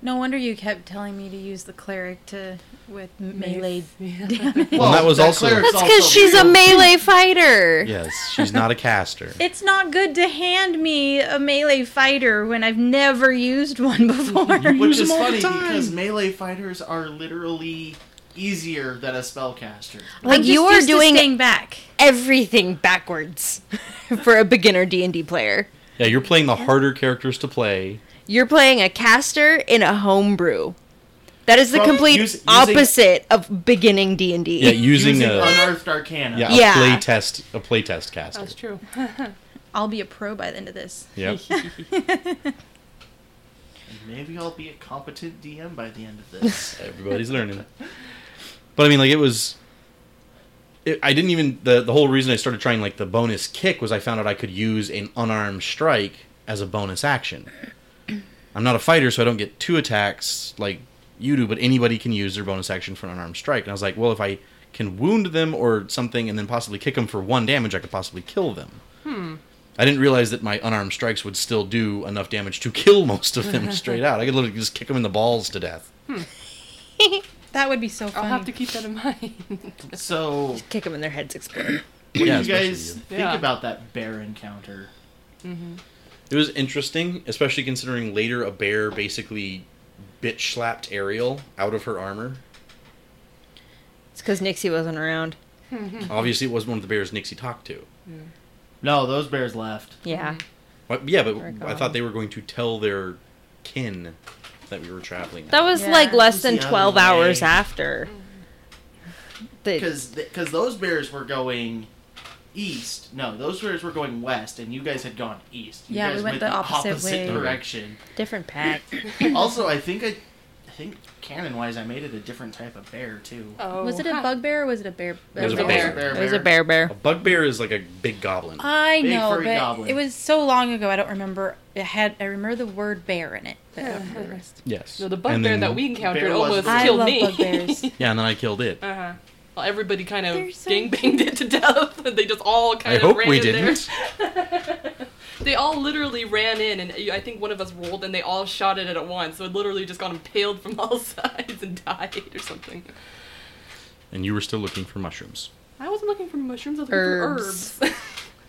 B: No wonder you kept telling me to use the cleric to with melee
D: Yeah.
B: damage.
C: Well, that was also-
A: cleric's
F: That's because
A: also
F: she's a
A: real.
F: melee fighter.
C: Yes, she's not a caster.
B: It's not good to hand me a melee fighter when I've never used one before.
A: Which is
C: all the
A: funny
C: time.
A: because melee fighters are literally easier than a spellcaster.
F: Like
B: I'm
F: you
B: just
F: are
B: used to
F: doing
B: staying back.
F: everything backwards for a beginner D&D player.
C: Yeah, you're playing the harder characters to play.
F: You're playing a caster in a homebrew. That is the
A: From
F: complete
A: use- using-
F: opposite of beginning D&D.
C: Yeah, using, a
A: unearthed arcana.
C: yeah,
F: Yeah.
C: a play test a play test caster.
D: That's true.
B: I'll be a pro by the end of this.
C: Yep.
A: And Maybe I'll be a competent DM by the end of this.
C: Everybody's learning. But I mean, like it was. It, I didn't even the the whole reason I started trying like the bonus kick was I found out I could use an unarmed strike as a bonus action. I'm not a fighter, so I don't get two attacks like you do, but anybody can use their bonus action for an unarmed strike. And I was like, well, if I can wound them or something, and then possibly kick them for one damage, I could possibly kill them. I didn't realize that my unarmed strikes would still do enough damage to kill most of them straight out. I could literally just kick them in the balls to death.
B: That would be so
D: I'll
B: funny.
D: have to keep that in mind.
A: so, what
F: Kick them in their heads explode.
A: do
C: Yeah,
A: you
C: especially
A: guys
C: you.
A: think
D: Yeah.
A: about that bear encounter?
C: It was interesting, especially considering later a bear basically bitch slapped Ariel out of her armor.
F: It's because Nixie wasn't around.
C: Obviously, it wasn't one of the bears Nixie talked to.
A: No, those bears left.
F: Yeah.
C: But, yeah, but
F: They're
C: I
F: gone.
C: thought they were going to tell their kin that we were traveling.
F: That was
B: Yeah.
F: like less than
A: It was the
F: 12
A: other
F: hours
A: way.
F: after. The,
A: Because because those bears were going east. No, those bears were going west, and you guys had gone east. You
B: Yeah, we
A: guys
B: went the opposite way.
A: direction.
F: different pack.
A: also, I think I, I think canon wise, I made it a different type of bear too.
D: Oh,
B: Was it a
D: huh.
B: bugbear or was it a bear?
C: It was a
A: Bear,
C: bear.
A: bear,
F: It was a bear bear.
C: a bugbear is like a big goblin.
D: Uh,
B: I
A: Big
B: know,
A: furry
B: but
A: goblin.
B: it was so long ago. I don't remember. It had. I remember the word bear in it. But I don't remember the rest.
C: yes.
D: No, the
C: And
D: bugbear
C: then-
D: that we encountered
A: bear was
D: almost
A: the- I
B: I
D: killed
B: love
D: me.
B: bugbears.
C: Yeah, and then I killed it.
D: Uh-huh. Well, everybody kind
B: They're
D: of
B: so
D: gang banged it to death. and they just all kind
C: I
D: of
C: hope
D: ran
C: we
D: in there.
C: didn't.
D: They all literally ran in, and uh, I think one of us rolled, and they all shot at it at once. So it literally just got impaled from all sides and died or something.
C: And you were still looking for mushrooms.
D: I wasn't looking for mushrooms. I was looking
F: Herbs.
D: for herbs.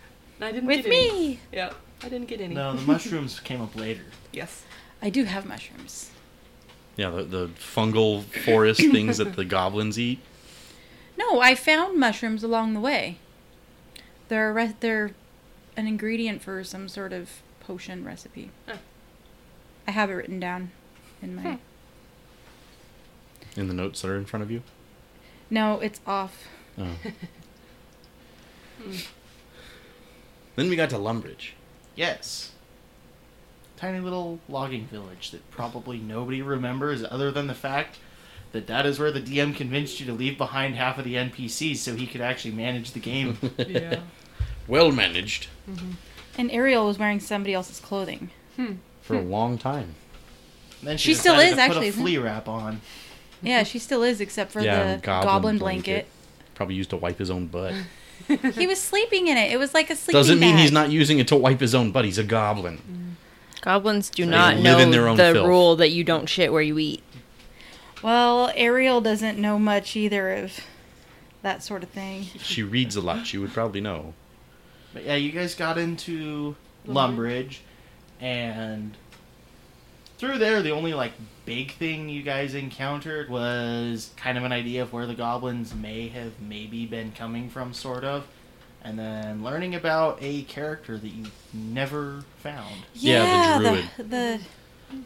D: and I didn't
B: With
D: get any.
B: me,
D: Yeah, I didn't get any.
A: No, the mushrooms came up later.
D: Yes.
B: I do have mushrooms.
C: Yeah, the, the fungal forest things that the goblins eat.
B: No, I found mushrooms along the way. They're a re- they're an ingredient for some sort of potion recipe.
D: Huh.
B: I have it written down in my.
C: In the notes that are in front of you.
B: No, it's off.
C: Oh. then we got to Lumbridge.
A: Yes. Tiny little logging village that probably nobody remembers other than the fact that that is where the DM convinced you to leave behind half of the NPCs so he could actually manage the game.
D: Yeah.
C: Well managed
B: And Ariel was wearing somebody else's clothing.
C: for
F: Hmm.
C: a long time.
A: then she,
B: She still
A: decided
B: is,
A: to
B: actually,
A: put a
B: isn't
A: flea wrap on. Mm-hmm.
B: Yeah, she still is, except for
C: Yeah,
B: the
C: goblin
B: goblin,
C: blanket.
B: blanket.
C: Probably used to wipe his own butt.
B: he was sleeping in it. It was like a sleeping
C: Doesn't mean
B: bag.
C: he's not using it to wipe his own butt. He's a goblin.
F: Goblins do
C: They
F: not
C: live
F: know
C: in their own
F: the
C: filth.
F: rule that you don't shit where you eat.
B: Well, Ariel doesn't know much either of that sort of thing.
C: She reads a lot. She would probably know.
A: But yeah, you guys got into
B: Mm-hmm.
A: Lumbridge, and through there, the only like big thing you guys encountered was kind of an idea of where the goblins may have maybe been coming from, sort of, and then learning about a character that you never found.
C: Yeah, the
B: the,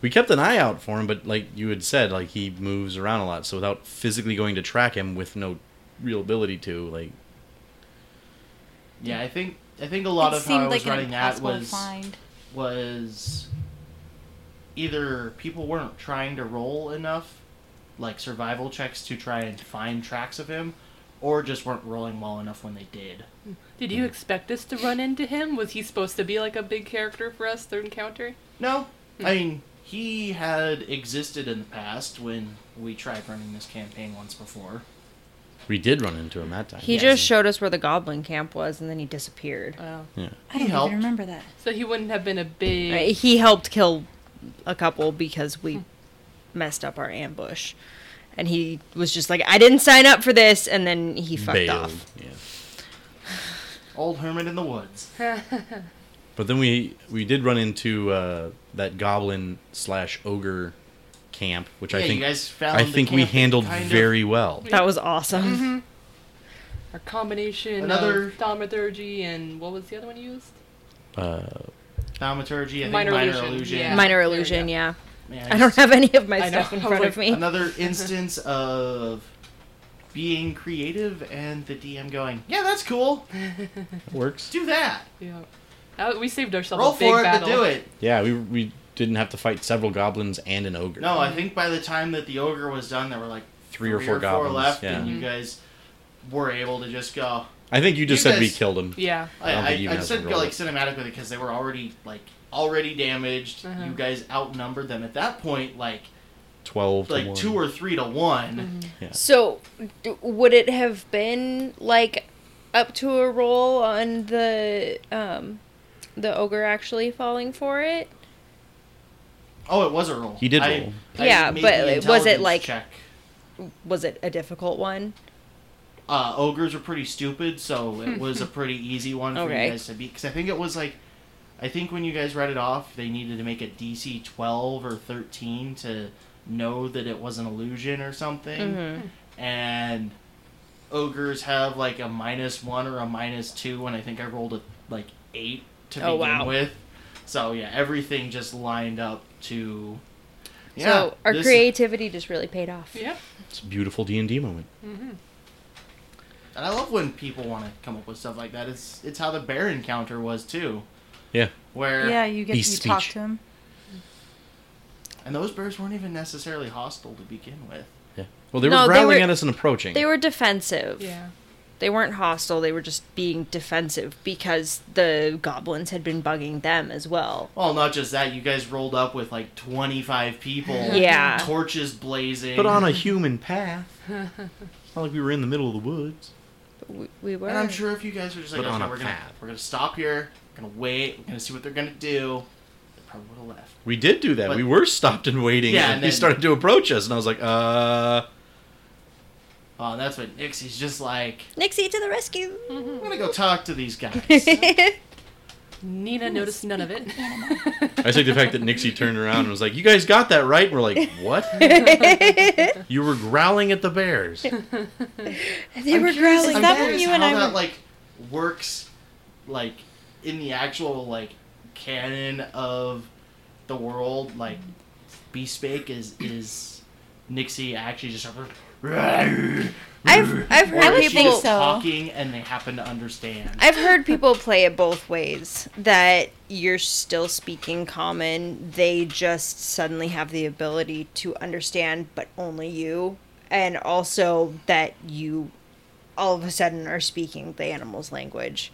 C: We kept an eye out for him, but like you had said, like he moves around a lot. So without physically going to track him, with no real ability to, like,
A: Yeah, I think I think a lot
B: Mm. it
A: of
B: seemed
A: how I was
B: like an
A: running that
B: impossible
A: was
B: find.
A: was either people weren't trying to roll enough, like survival checks to try and find tracks of him, or just weren't rolling well enough when they did.
D: Did you expect us to run into him? Was he supposed to be like a big character for us to encounter?
A: No,
D: Hmm.
A: I mean he had existed in the past when we tried running this campaign once before.
C: we did run into him that time.
F: He
A: Yes.
F: just showed us where the goblin camp was, and then he disappeared.
D: Oh.
B: I don't
A: helped.
B: even remember that.
D: So he wouldn't have been a big.
F: Uh, He helped kill a couple because we messed up our ambush, and he was just like, "I didn't sign up for this," and then he fucked
C: Bailed.
F: off.
C: Yeah.
A: Old hermit in the woods.
C: But then we we did run into uh, that goblin slash ogre camp, which I
A: Yeah,
C: think
A: you guys found.
C: I
A: the
C: think we
A: camp that
C: handled
A: kind of-
C: very well.
F: That was awesome.
D: Mm-hmm. A combination
A: Another-
D: of thaumaturgy and what was the other one you used?
C: Uh,
A: thaumaturgy. I think minor,
D: Minor
A: illusion.
D: illusion, yeah.
F: Minor
D: there we
F: illusion,
D: go.
F: yeah.
A: Man,
F: I don't have any of my
D: I
F: stuff
D: know.
F: in front of me.
A: another instance of being creative and the DM going, yeah, that's cool.
C: works.
A: Do that.
D: Yeah. That- we saved ourselves
A: Roll
D: a big
A: for it,
D: battle.
A: but do it.
C: Yeah, we we didn't have to fight several goblins and an ogre.
A: No, I
F: Mm-hmm.
A: think by the time that the ogre was done, there were like
C: Three or four goblins,
A: left,
C: yeah.
A: and you
F: Mm-hmm.
A: guys were able to just go.
C: I think you just
A: You
C: said we
A: guys-
C: killed him.
D: Yeah.
A: I,
C: don't
A: I,
C: think you
A: I
C: guys
A: said
C: would
A: go
C: roll
A: like
C: it.
A: cinematically because they were already like already damaged.
D: Uh-huh.
A: You guys outnumbered them at that point, like
C: Twelve. to
A: like
C: one.
A: two or three to one.
F: Mm-hmm. So, d- would it have been like up to a roll on the um the ogre actually falling for it?
A: Oh, it was a roll.
C: He did
A: I-
C: roll.
A: I
F: Yeah,
A: made
F: but
A: the
F: it- was it,
A: intelligence
F: like-
A: check?
F: Was it a difficult one?
A: uh, ogres are pretty stupid, so it was a pretty easy one for
F: Okay.
A: you guys to beat. Because I think it was like, I think when you guys read it off, they needed to make a DC 12 or 13 to know that it was an illusion or something.
F: Mm-hmm.
A: And ogres have like a minus one or a minus two, and I think I rolled a like eight to
F: Oh,
A: begin
F: wow.
A: with. So yeah, everything just lined up to.
F: so our
A: this-
F: creativity just really paid off.
D: Yeah.
C: It's a beautiful D and D moment.
A: And I love when people want to come up with stuff like that. It's it's how the bear encounter was too.
C: Yeah.
A: Where
B: Yeah, you get you
C: Beast
B: talk
C: speech.
B: to him.
A: And those bears weren't even necessarily hostile to begin with.
C: Yeah. Well, they were
F: No, they
C: growling
F: were-
C: at us and approaching.
F: They were defensive.
D: Yeah.
F: They weren't hostile, they were just being defensive because the goblins had been bugging them as well.
A: Well, not just that, you guys rolled up with like 25 people.
F: Yeah.
A: Torches blazing.
C: but on a human path. it's not like we were in the middle of the woods.
F: We, we were
A: And I'm sure if you guys were just like,
C: But on
A: okay,
C: a
A: we're gonna,
C: path.
A: we're gonna stop here, we're gonna wait, we're gonna see what they're gonna do, they probably would have left.
C: We did do that.
A: But-
C: we were stopped and waiting.
A: Yeah,
C: and,
A: and
C: they
A: then-
C: started to approach us, and I was like, uh.
A: Oh, and that's what Nixie's just like,
F: Nixie to the rescue.
A: I'm gonna go talk to these guys.
D: Nina noticed none of it.
C: I think the fact that Nixie turned around and was like, "You guys got that right." And we're like, "What? you were growling at the bears."
F: They were
A: I'm
F: growling.
B: that when
A: curious
B: you
A: how
B: and I
A: that
B: were-
A: like works, like in the actual like canon of the world. Like, Beastbake is is Nixie actually just
F: I've I've
A: or
F: heard
A: is she
F: people
A: just
B: so.
A: talking and they happen to understand.
F: I've heard people play it both ways. That you're still speaking common, they just suddenly have the ability to understand, but only you. And also that you all of a sudden are speaking the animal's language.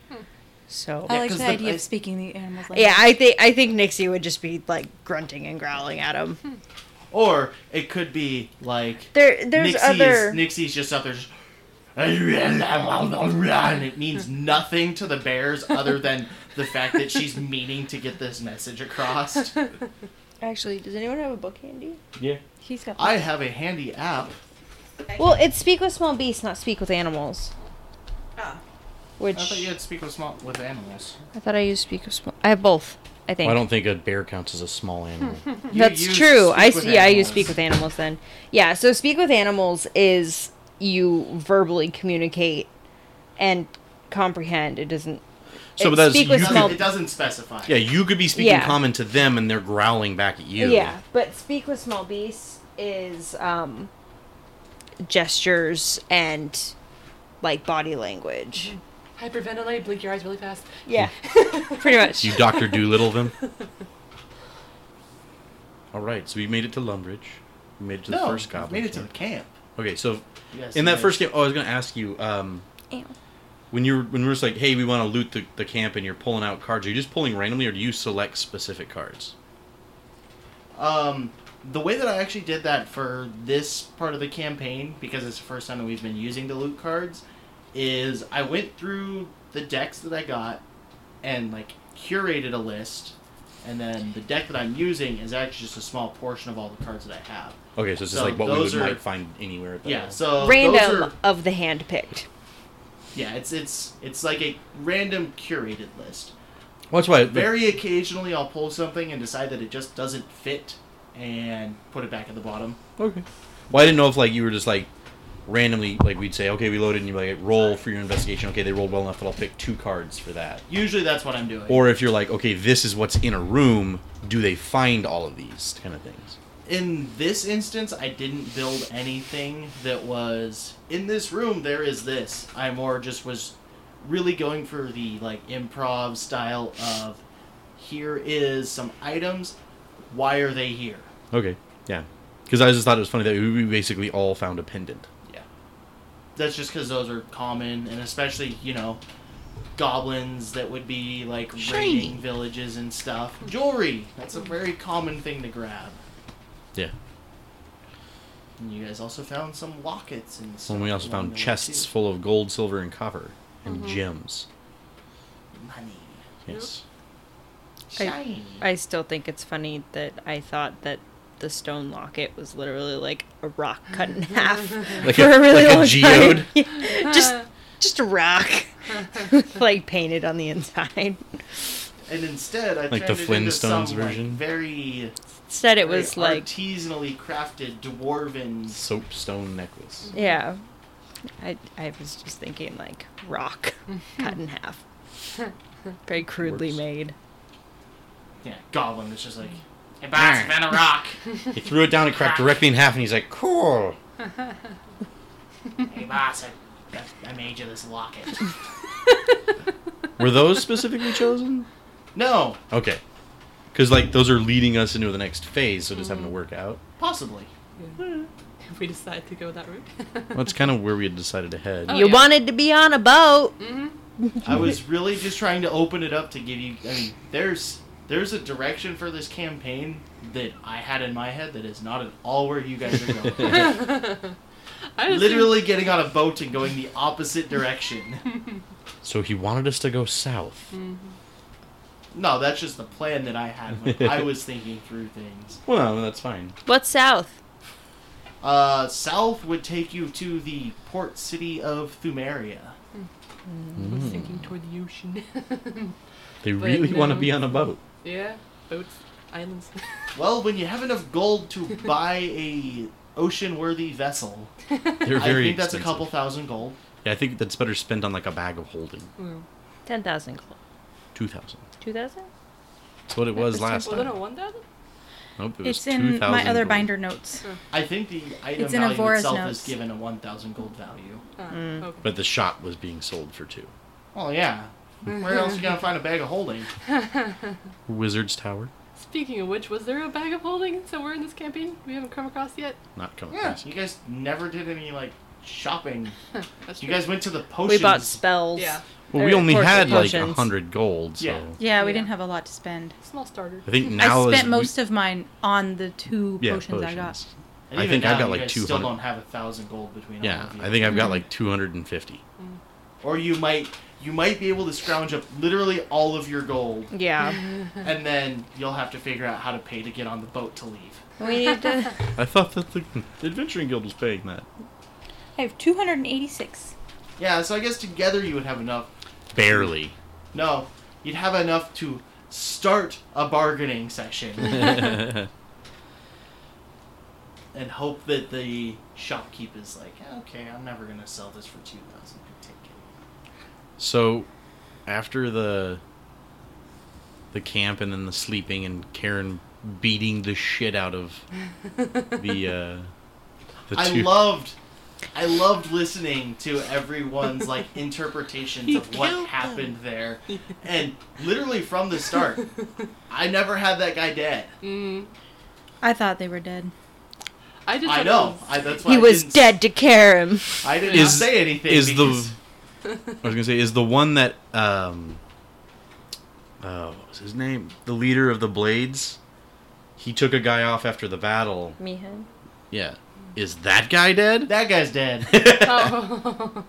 F: So
B: I like
A: 'cause
B: the
A: the-
B: idea
A: I-
B: of speaking the animals. Language.
F: yeah, I think I think Nixie would just be like grunting and growling at him.
A: Or it could be like
F: There there's
A: Nixie's
F: other
A: Nixie's just out there. Just, and it means
B: Hmm.
A: nothing to the bears other than the fact that she's meaning to get this message across.
F: Actually, does anyone have a book handy?
C: Yeah.
B: He's got.
A: I have a handy app
F: Well, it's speak with small beasts, not speak with animals.
B: Ah.
F: Which
A: I thought you had speak with small with animals.
F: I thought I used speak with small. I have both. I think
C: Well, I don't think a bear counts as a small animal.
A: You
F: that's
A: use
F: true.
A: speak
F: I
A: with
F: s- yeah, I use
A: animals.
F: speak with animals then. Yeah, so speak with animals is you verbally communicate and comprehend. It doesn't.
C: So
F: it-
C: that's
F: speak
C: you
F: with
A: It doesn't-
F: small.
A: It doesn't specify.
C: yeah, you could be speaking
F: Yeah.
C: common to them, and they're growling back at you.
F: Yeah, but speak with small beasts is um, gestures and like body language.
D: Hyperventilate, blink your eyes really fast.
F: Yeah, pretty much.
C: You Doctor Doolittle them. All right, so we made it to Lumbridge. We made it to the
A: No,
C: first
A: we've
C: goblin.
A: made it to the
C: camp.
A: camp.
C: Okay, so
A: Yes,
C: in that
A: yes.
C: first game, oh, I was gonna ask you, um,
G: Ew.
C: when you were- when we were just like, hey, we want to loot the, the camp, and you're pulling out cards. Are you just pulling randomly, or do you select specific cards?
A: Um, the way that I actually did that for this part of the campaign, because it's the first time that we've been using the loot cards, is I went through the decks that I got and like curated a list, and then the deck that I'm using is actually just a small portion of all the cards that I have.
C: Okay, so it's just
A: So
C: like what we
A: those
C: would
A: are-
C: might find anywhere. At the
A: Yeah, so those
F: Random
A: are,
F: of the handpicked.
A: yeah, it's it's it's like a random curated list.
C: Well, that's why.
A: Very occasionally, I'll pull something and decide that it just doesn't fit, and put it back at the bottom.
C: Okay. Well, I didn't know if like you were just like randomly like we'd say, okay, we loaded, and you like roll for your investigation. Okay, they rolled well enough that I'll pick two cards for that.
A: Usually, that's what I'm doing.
C: Or if you're like, okay, this is what's in a room. Do they find all of these kind of things?
A: in this instance, I didn't build anything that was in this room. There is this. I more just was really going for the like improv style of here is some items. Why are they here?
C: Okay. Yeah. Because I just thought it was funny that we basically all found a pendant.
A: Yeah, that's just because those are common, and especially you know goblins that would be like raiding villages and stuff. Jewelry. That's a very common thing to grab.
C: Yeah.
A: And you guys also found some lockets and stuff.
C: And we also
A: along
C: found
A: the way,
C: chests
A: too.
C: full of gold, silver, and copper,
A: Mm-hmm.
C: and gems.
A: money.
C: Yes.
F: I, I still think it's funny that I thought that the stone locket was literally like a rock cut in half
C: Like
F: for
C: a-
F: a really
C: like a
F: long
C: geode?
F: time. Yeah, just just a rock, like painted on the inside.
A: And instead, I
C: Like
A: like
C: the
A: turned the it into some
C: Flintstones version?
A: Like, very,
F: Said it
A: very
F: was like
A: artisanally crafted dwarven.
C: Soapstone necklace.
F: yeah. I I was just thinking like rock cut in half, very crudely
C: Works.
F: made.
A: Yeah, goblin. It's just like
F: Mm.
A: hey, boss, found a rock.
C: he threw it down and cracked directly in half, and he's like, cool.
A: hey, boss, I, I made you this locket.
C: Were those specifically chosen?
A: no,
C: Okay. Because, like, those are leading us into the next phase, so just having to work out.
A: possibly.
D: If we decide to go that route.
C: That's kind of where we had decided to head.
D: Oh,
F: you
D: yeah.
F: wanted to be on a boat.
A: I was really just trying to open it up to give you. I mean, there's there's a direction for this campaign that I had in my head that is not at all where you guys are going.
D: I just
A: Literally getting on a boat and going the opposite direction.
C: So he wanted us to go south.
A: No, that's just the plan that I had when I was thinking through things.
C: Well, no, that's fine.
F: What's south?
A: Uh, south would take you to the port city of Thumeria.
D: was sinking toward the ocean.
C: They
D: But
C: really want to
D: no.
C: be on a boat.
D: yeah, boats, islands.
A: Well, when you have enough gold to buy a ocean-worthy vessel,
C: They're
A: I
C: very
A: think that's a
C: expensive.
A: couple thousand gold.
C: Yeah, I think that's better spent on like a bag of holding.
D: well,
F: Ten thousand gold.
C: Two thousand.
F: Two thousand.
C: That's what it was
B: was
C: last
D: then a
C: time.
D: one thousand?
C: Nope, it was
B: It's in
C: 2,000
B: my other
C: gold.
B: binder notes.
A: I think the item
B: It's in
A: value
B: Avora's
A: itself
B: notes.
A: is given a one thousand gold value.
D: Ah, okay.
C: But the shop was being sold for two.
A: Well, Oh, yeah.
B: Mm-hmm.
A: Where else you gonna find a bag of holding?
C: Wizard's Tower,
D: Speaking of which, was there a bag of holding somewhere in this campaign we haven't come across yet?
C: not coming.
A: Yeah, you guys never did any like shopping.
D: That's
A: You
D: true.
A: guys went to the potions.
F: We bought spells.
D: Yeah,
C: Well, we
F: Or
C: only
F: portrait
C: had like a
F: potions.
C: hundred gold, so
A: Yeah.
B: Yeah, we
D: Yeah.
B: didn't have a lot to spend.
D: small starter.
C: I think
B: I
C: now is
B: spent
C: we-
B: most of mine on the two
C: yeah,
B: potions, I got.
C: potions.
A: And
C: I
A: even
C: think I've
A: now,
C: got,
A: you
C: like,
A: guys Still
C: 200.
A: don't have a thousand gold between. all
C: Yeah,
A: of you.
C: I think I've got like two hundred and fifty.
A: or you might you might be able to scrounge up literally all of your gold
F: Yeah.
A: and then you'll have to figure out how to pay to get on the boat to leave
F: we need to.
C: I thought that the, the adventuring guild was paying that.
B: I have 286.
A: Yeah, so I guess together you would have enough.
C: Barely.
A: No, you'd have enough to start a bargaining session
C: yeah,
A: and hope that the shopkeeper's like, okay, I'm never gonna sell this for two thousand. Take it.
C: So, after the the camp and then the sleeping and Karen beating the shit out of the uh, the
A: I
C: two.
A: loved, I loved listening to everyone's like interpretations of what happened there, and literally from the start, I never had that guy dead.
D: Mm.
B: I thought they were dead.
D: I just
A: I
D: thought it
A: know.
D: was-
A: I, that's why
F: He
A: I
F: was
A: didn't-
F: dead to Karim.
A: I didn't
C: Is-
A: say anything.
C: is the I
A: because-
C: was gonna say is the one that um uh what was his name the leader of the blades he took a guy off after the battle
G: Meehan.
C: yeah is that guy dead
A: that guy's dead.
D: Oh.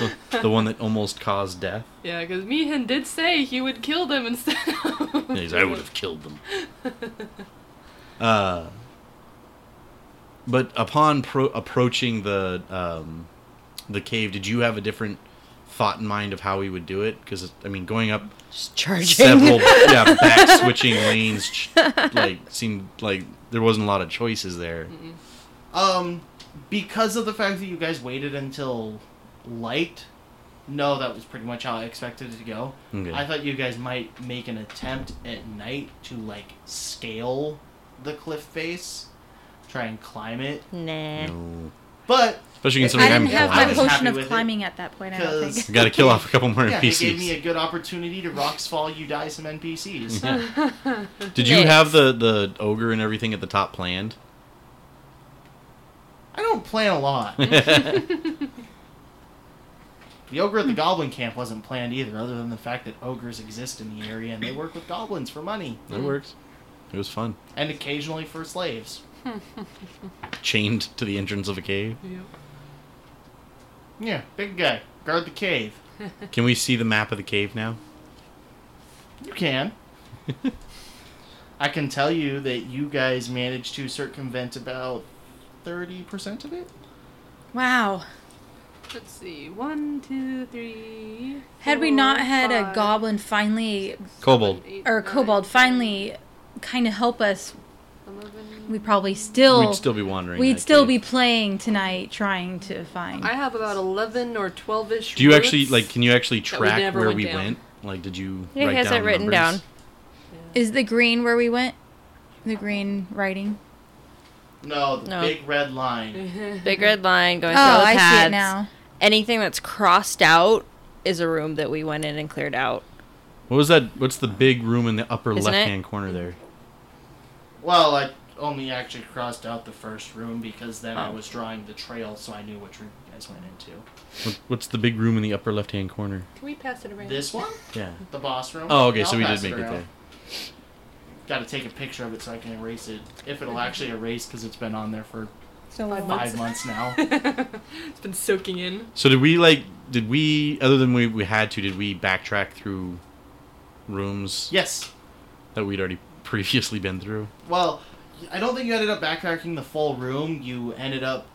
C: the one that almost caused death
D: yeah, because Meehan did say he would kill them instead of.
C: He's, I would have killed them. uh, but upon pro- approaching the um, the cave, did you have a different thought in mind of how we would do it? Because I mean, going up
F: Just charging.
C: several yeah back switching lanes ch- like seemed like there wasn't a lot of choices there.
A: Um, because of the fact that you guys waited until light, no, that was pretty much how I expected it to go.
C: Okay.
A: I thought you guys might make an attempt at night to like scale the cliff face, try and climb it,
F: Nah.
C: No.
A: but
C: Especially
B: I
C: considering I'm
B: didn't have my
A: was
C: blind.
B: potion
A: happy
B: of
A: with it,
B: climbing at that point, I don't
A: 'cause-
B: think.
C: I gotta kill off a couple more
A: yeah, it gave me
C: NPCs.
A: a good opportunity to rocks fall you die some NPCs.
C: Yeah. Did you
F: Next.
C: have the, the ogre and everything at the top planned?
A: I don't plan a lot. The ogre at the goblin camp wasn't planned either, other than the fact that ogres exist in the area and they work with goblins for money
G: Mm.
C: That works. It was fun.
A: and occasionally for slaves.
C: Chained to the entrance of a cave.
D: Yep.
A: Yeah, big guy. Guard the cave.
C: Can we see the map of the cave now?
A: You can. I can tell you that you guys managed to circumvent about 30% of it.
B: Wow.
D: Let's see. One, two, three.
B: Had we
D: four,
B: not had a
D: five,
B: goblin finally,
C: Kobold.
D: eight,
B: or
D: nine,
B: kobold finally kind of help us,
D: eleven.
B: we probably still.
C: We'd still be wandering.
B: We'd
C: that
B: still be
C: cave.
B: playing tonight trying to find.
D: I have about eleven or twelve-ish.
C: Do you actually
D: words.
C: like? Can you actually
D: we
C: track
D: never
C: where
D: went
C: we
D: down.
C: went? Like, did you?
G: Yeah, he
C: write
G: has
C: down
G: it written
C: numbers?
G: down.
B: Is the green where we went? The green writing?
A: No, the
G: No.
A: big red line.
G: Big red line going
B: Oh,
G: through all the
B: I see
G: paths.
B: it now.
G: Anything that's crossed out is a room that we went in and cleared out.
C: What was that? What's the big room in the upper
G: Isn't it?
C: left-hand corner there?
A: Well, I only actually crossed out the first room because then
C: Oh.
A: I was drawing the trail so I knew which room you guys went into.
C: What, what's the big room in the upper left-hand corner?
D: Can we pass it around?
A: This one?
C: Yeah.
A: The boss room?
C: Oh, okay.
A: I'll
C: so we
A: pass
C: did make it
A: around.
C: there.
A: Gotta take a picture of it so I can erase it. If it'll actually erase because it's been on there for
B: So
D: Five
B: long.
A: five months now.
D: it's been soaking in.
C: So did we like? Did we? Other than we we had to, did we backtrack through rooms
A: Yes,
C: that we'd already previously been through?
A: Well, I don't think you ended up backtracking the full room. You ended up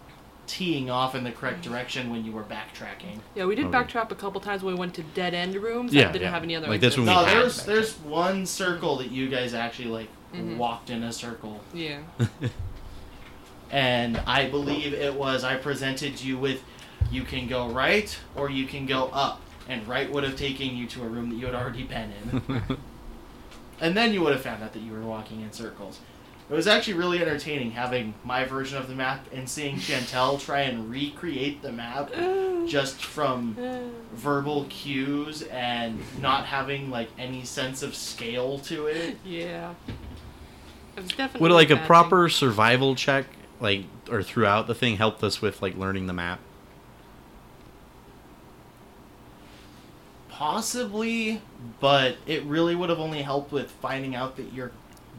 A: teeing off in the correct direction when you were backtracking.
D: Yeah, we did
C: Okay.
D: backtrack a couple times when we went to dead end rooms.
C: Yeah,
D: I didn't
C: yeah.
D: have any other.
C: Like, that's when
D: exits.
C: we
A: No,
C: had
A: there's
C: backtracked.
A: there's one circle that you guys actually like
D: Mhm.
A: walked in a circle,
D: Yeah.
A: and I believe it was I presented you with you can go right or you can go up, and right would have taken you to a room that you had already been in, and then you would have found out that you were walking in circles. It was actually really entertaining having my version of the map and seeing Chantel try and recreate the map just from verbal cues and not having like any sense of scale to it.
D: yeah. It was definitely
C: Would like a
D: bad thing.
C: proper survival check, like or throughout the thing, helped us with like learning the map?
A: Possibly, but it really would have only helped with finding out that you're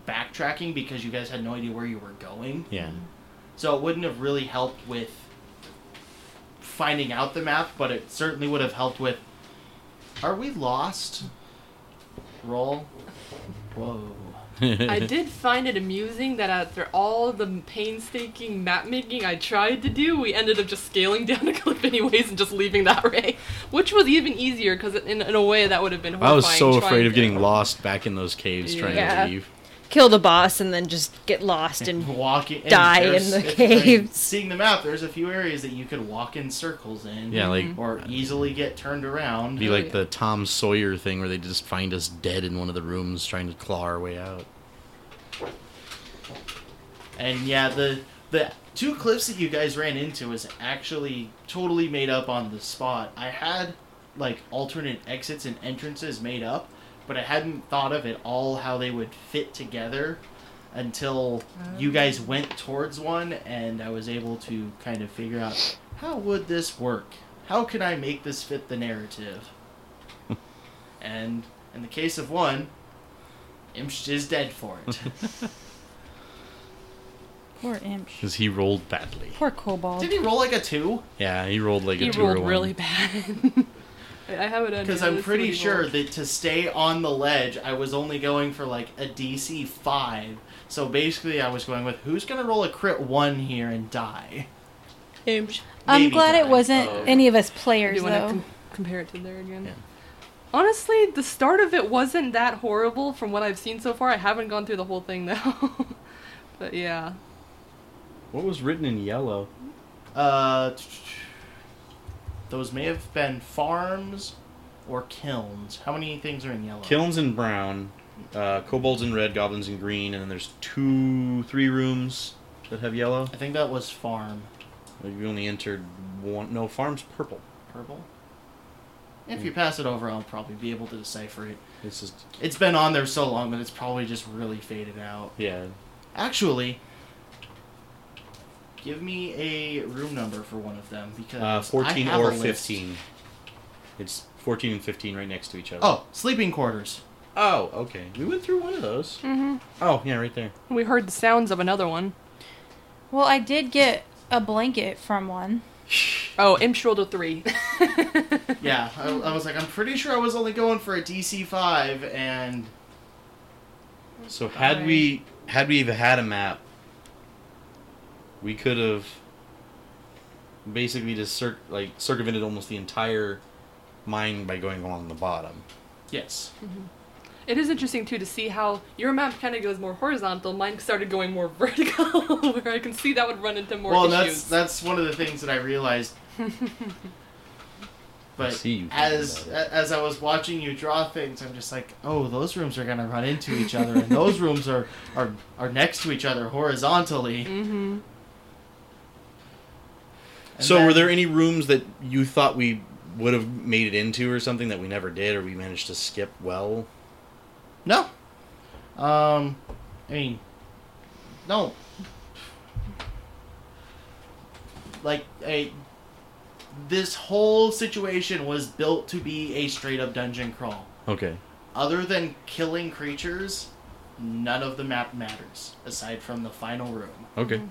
A: backtracking because you guys had no idea where you were going.
C: Yeah.
A: So it wouldn't have really helped with finding out the map, but it certainly would have helped with Are we lost? Roll. Whoa.
D: I did find it amusing that after all the painstaking map making I tried to do, we ended up just scaling down a cliff anyways and just leaving that way, which was even easier because in, in a way that would have been.
C: I was so
D: horrifying
C: afraid
D: trying
C: of
D: to-
C: getting lost back in those caves trying
F: Yeah.
C: to leave.
F: Kill the boss and then just get lost and
A: walk in,
F: Die in
A: there's-
F: the
A: if-
F: caves.
A: Seeing the map, there's a few areas that you could walk in circles in.
C: Yeah, like-
A: or easily get turned around.
C: Be like the Tom Sawyer thing where they just find us dead in one of the rooms trying to claw our way out.
A: And yeah, the the two cliffs that you guys ran into was actually totally made up on the spot. I had like alternate exits and entrances made up, but I hadn't thought of it all how they would fit together until you guys went towards one and I was able to kind of figure out how would this work? How can I make this fit the narrative? and in the case of one, Imsh is dead for it.
B: Poor Imsh.
C: Because he rolled badly.
B: Poor Cobalt.
A: Did he roll like a two?
C: Yeah, he rolled like
D: He
C: a two or
D: rolled
C: one.
D: really bad. I I have it under
A: Because
D: this,
A: I'm
D: what
A: pretty
D: he
A: sure
D: rolled.
A: that to stay on the ledge, I was only going for like a DC 5. So basically, I was going with who's going to roll a crit 1 here and die?
B: I'm
A: Maybe
B: glad
A: die.
B: it wasn't
A: Oh.
B: any of us
D: Do
B: players
D: you want to
B: though.
D: com- compare it to there again?
A: Yeah.
D: Honestly, the start of it wasn't that horrible from what I've seen so far. I haven't gone through the whole thing though. but yeah.
C: What was written in yellow?
A: Uh, those may have been farms or kilns. How many things are in yellow?
C: Kilns in brown, uh, kobolds in red, goblins in green, and then there's two, three rooms that have yellow.
A: I think that was farm.
C: Like we only entered one. No, farm's purple.
A: Purple? If you pass it over, I'll probably be able to decipher it.
C: This is
A: It's been on there so long that it's probably just really faded out.
C: yeah.
A: Actually, give me a room number for one of them because
C: Uh,
A: I
C: fourteen
A: have
C: or
A: a list.
C: fifteen. It's fourteen and fifteen right next to each other.
A: Oh, sleeping quarters.
C: Oh, okay. We went through one of those. Mm-hmm. Oh, yeah, right there.
D: We heard the sounds of another one.
B: Well, I did get a blanket from one.
D: Oh, Imsh rolled a three.
A: Yeah, I, I was like, I'm pretty sure I was only going for a DC five, and
C: So had we had we even had a map, we could have basically just cir- like circumvented almost the entire mine by going along the bottom.
A: yes,
D: it is interesting too to see how your map kind of goes more horizontal. Mine started going more vertical, where I can see that would run into more
A: well,
D: issues.
A: that's that's one of the things that I realized.
C: I
A: But
C: see you thinking
A: as
C: about
A: a- as I was watching you draw things, I'm just like, oh, those rooms are gonna run into each other, and those rooms are are are next to each other horizontally. Mm-hmm.
C: so were there any rooms that you thought we would have made it into or something that we never did or we managed to skip well?
A: No. Um, I mean, no. Like a, this whole situation was built to be a straight up dungeon crawl.
C: Okay.
A: Other than killing creatures, none of the map matters aside from the final room.
C: Okay.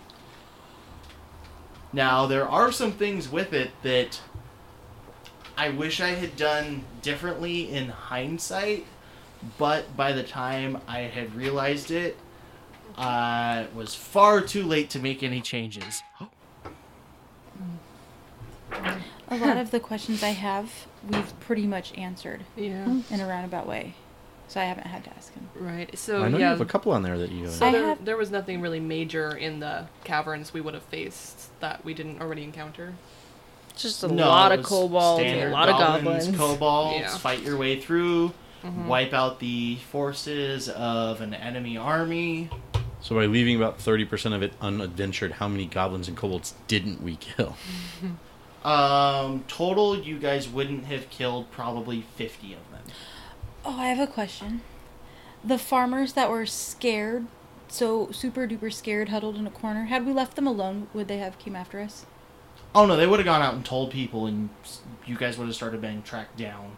A: Now, there are some things with it that I wish I had done differently in hindsight, but by the time I had realized it, uh, it was far too late to make any changes.
B: A lot of the questions I have, we've pretty much answered
D: yeah,
B: in a roundabout way, so I haven't had to ask him.
D: right. So
C: I know
D: yeah,
C: you have a couple on there that you
D: So
B: I
D: there,
B: have-
D: there was nothing really major in the caverns we would have faced that we didn't already encounter.
F: just a
A: No,
F: lot
A: it
F: of
A: was
F: kobolds, a
A: standard
F: lot of goblins. Mm-hmm.
A: Kobolds,
D: Yeah.
A: fight your way through, wipe out the forces of an enemy army.
C: So by leaving about thirty percent of it unadventured, how many goblins and kobolds didn't we kill?
A: Um, total, you guys wouldn't have killed probably 50 of them.
B: Oh, I have a question. The farmers that were scared, so super duper scared, huddled in a corner. Had we left them alone, would they have came after us?
A: Oh no, they would have gone out and told people, and s- you guys would have started being tracked down.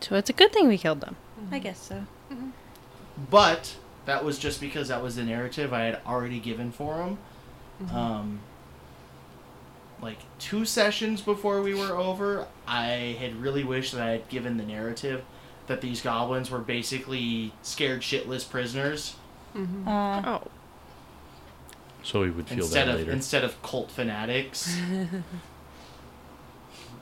F: So it's a good thing we killed them.
B: I guess so.
A: But that was just because that was the narrative I had already given for them. Um, like two sessions before we were over, I had really wished that I had given the narrative that these goblins were basically scared shitless prisoners
B: Uh,
G: Oh,
C: So we would feel
A: instead
C: that
A: of
C: later.
A: instead of cult fanatics.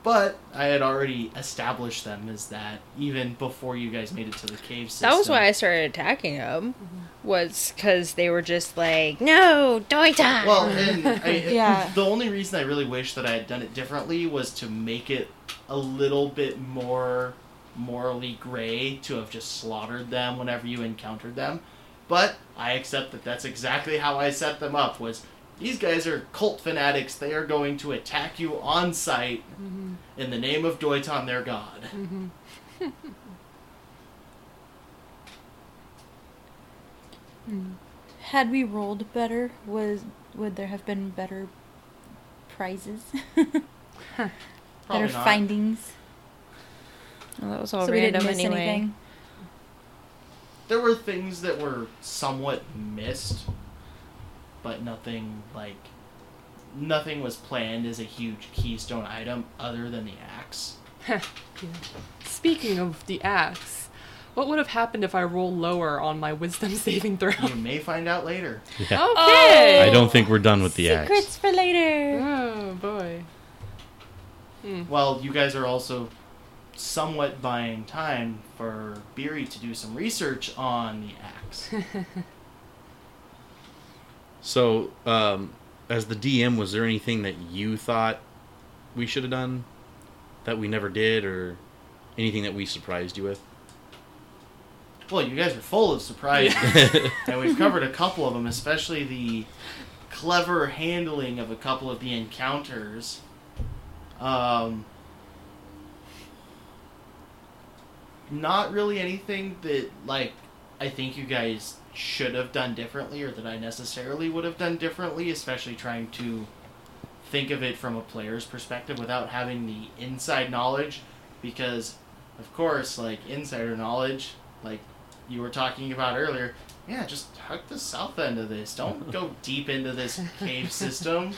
A: but I had already established them as that even before you guys made it to the cave system.
G: that was why I started attacking them. Was because they were just like, no, Doita.
A: Well, and I,
B: Yeah.
A: the only reason I really wish that I had done it differently was to make it a little bit more morally gray to have just slaughtered them whenever you encountered them. But I accept that that's exactly how I set them up was these guys are cult fanatics. They are going to attack you on sight in the name of Doiton, their god.
B: had we rolled better, was would there have been better prizes, better
A: Probably not.
B: findings?
G: Well, that was all
B: so we
G: random
B: didn't miss
G: anyway.
B: anything.
A: There were things that were somewhat missed, but nothing like nothing was planned as a huge keystone item other than the axe.
D: Speaking of the axe, what would have happened if I roll lower on my wisdom saving throw?
A: You may find out later.
C: Yeah. I
D: Okay.
C: don't think we're done with the
B: Secrets
C: axe.
B: for later.
D: Oh boy.
A: Well, you guys are also somewhat buying time for Beery to do some research on the axe.
C: So, um, as the DM, was there anything that you thought we should have done that we never did, or anything that we surprised you with?
A: well, you guys are full of surprises, and we've covered a couple of them, especially the clever handling of a couple of the encounters. Um, not really anything that like I think you guys should have done differently or that I necessarily would have done differently, especially trying to think of it from a player's perspective without having the inside knowledge because of course like insider knowledge like you were talking about earlier yeah just hug the south end of this don't go deep into this cave system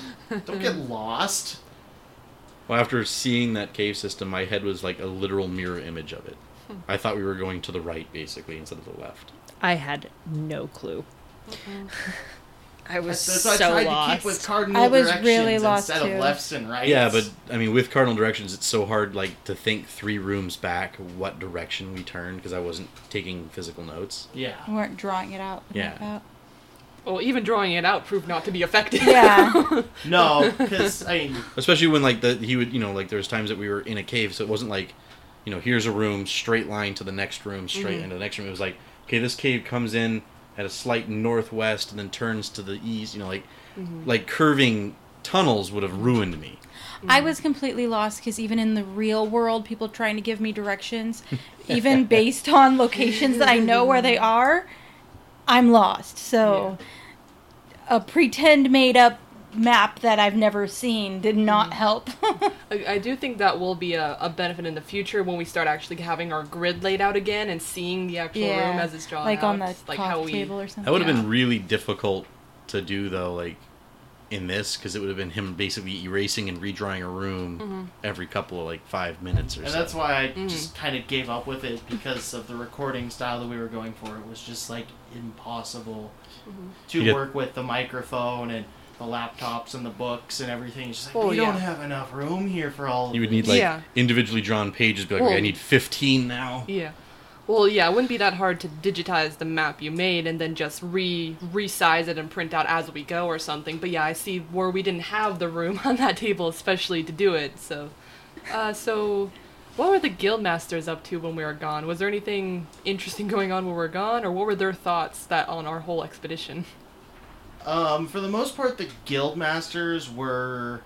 A: don't get lost
C: Well, after seeing that cave system, my head was like a literal mirror image of it. I thought we were going to the right, basically, instead of the left.
G: I had no clue. I was
A: That's, that's what
G: so
A: I tried
G: lost.
A: to keep with cardinal
B: I was
A: directions
B: really lost,
A: instead
B: too.
A: of lefts and rights.
C: Yeah, but I mean, with cardinal directions, it's so hard like to think three rooms back what direction we turned because I wasn't taking physical notes.
B: We
A: yeah,
B: weren't drawing it out.
C: Yeah.
B: About.
D: Well, even drawing it out proved not to be effective.
B: Yeah.
A: no, because I mean,
C: Especially when like the he would you know like there's times that we were in a cave, so it wasn't like, you know, here's a room, straight line to the next room, straight into the next room. It was like, okay, this cave comes in at a slight northwest and then turns to the east. You know, like like curving tunnels would have ruined me.
B: I was completely lost because even in the real world, people trying to give me directions, even based on locations that I know where they are, I'm lost. So, a pretend made up map that I've never seen did not help.
D: I, I do think that will be a, a benefit in the future when we start actually having our grid laid out again and seeing the actual room as it's drawn
B: like
D: out.
B: on the
D: like
B: coffee
D: how we,
B: table or something.
C: That would have
D: Yeah.
C: been really difficult to do though, like in this, because it would have been him basically erasing and redrawing a room
D: Mm-hmm.
C: every couple of like five minutes or
A: and
C: so.
A: that's why I
B: Mm.
A: just kind of gave up with it because of the recording style that we were going for. It was just like impossible to
B: Mm-hmm.
C: You get-
A: work with the microphone and the laptops and the books and everything. It's just like
D: Oh,
A: we
D: yeah.
A: don't have enough room here for all. Of
C: you would
A: this."
C: need like
D: Yeah.
C: individually drawn pages. Be like, okay, I
D: Well-
C: need fifteen now.
D: Yeah. Well, yeah, it wouldn't be that hard to digitize the map you made and then just re resize it and print out as we go or something. But yeah, I see where we didn't have the room on that table, especially to do it. So, uh, so what were the guild masters up to when we were gone? Was there anything interesting going on when we were gone, or what were their thoughts that on our whole expedition?
A: Um, for the most part, the guild masters were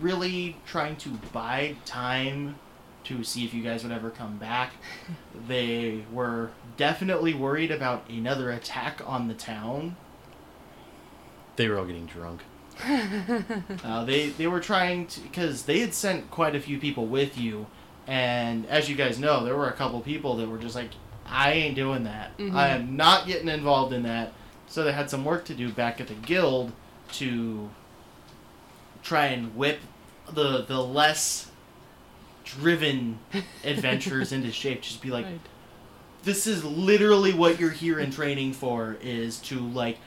A: really trying to bide time to see if you guys would ever come back. they were definitely worried about another attack on the town.
C: They were all getting drunk.
A: Uh, they they were trying to because they had sent quite a few people with you, and as you guys know, there were a couple people that were just like, "I ain't doing that. I am not getting involved in that." So they had some work to do back at the guild to try and whip the the less driven adventurers into shape. Just be like,
D: Right.
A: this is literally what you're here in training for is to like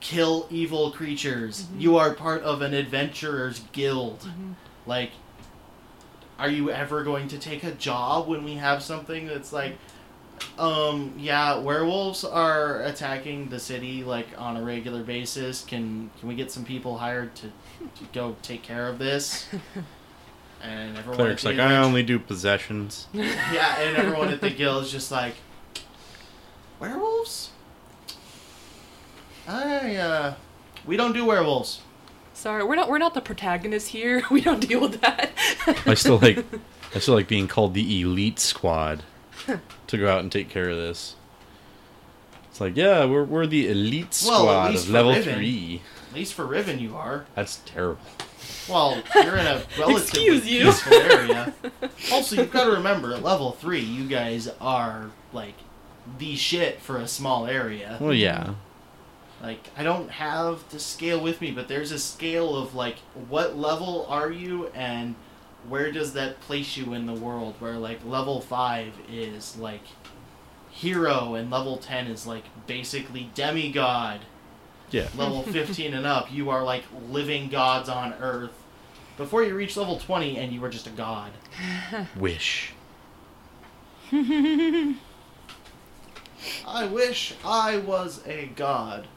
A: kill evil creatures you are part of an adventurers guild like are you ever going to take a job when we have something that's like um yeah werewolves are attacking the city like on a regular basis can can we get some people hired to, to go take care of this and everyone at
C: Cleric's
A: the
C: like, I
A: adventure-
C: only do possessions.
A: yeah, and everyone at the guild is just like, werewolves? I, uh, we don't do werewolves.
D: Sorry, we're not we're not the protagonists here. We don't deal with that.
C: I still like, I still like being called the elite squad to go out and take care of this. It's like, yeah, we're we're the elite
A: Well, at
C: squad
A: least
C: of
A: for
C: level
A: Riven.
C: three.
A: At least for Riven, you are.
C: That's terrible.
A: Well, you're in a relatively
D: Excuse you.
A: peaceful area. Also, you've got to remember, at level three, you guys are like the shit for a small area.
C: Well, yeah.
A: Like, I don't have the scale with me, but there's a scale of like, what level are you, and where does that place you in the world? Where like level five is like hero, and level ten is like basically demigod. Mm-hmm.
C: Yeah.
A: Level fifteen and up, you are like living gods on earth. Before you reach level twenty, and you are just a god.
C: Wish.
A: I wish I was a god.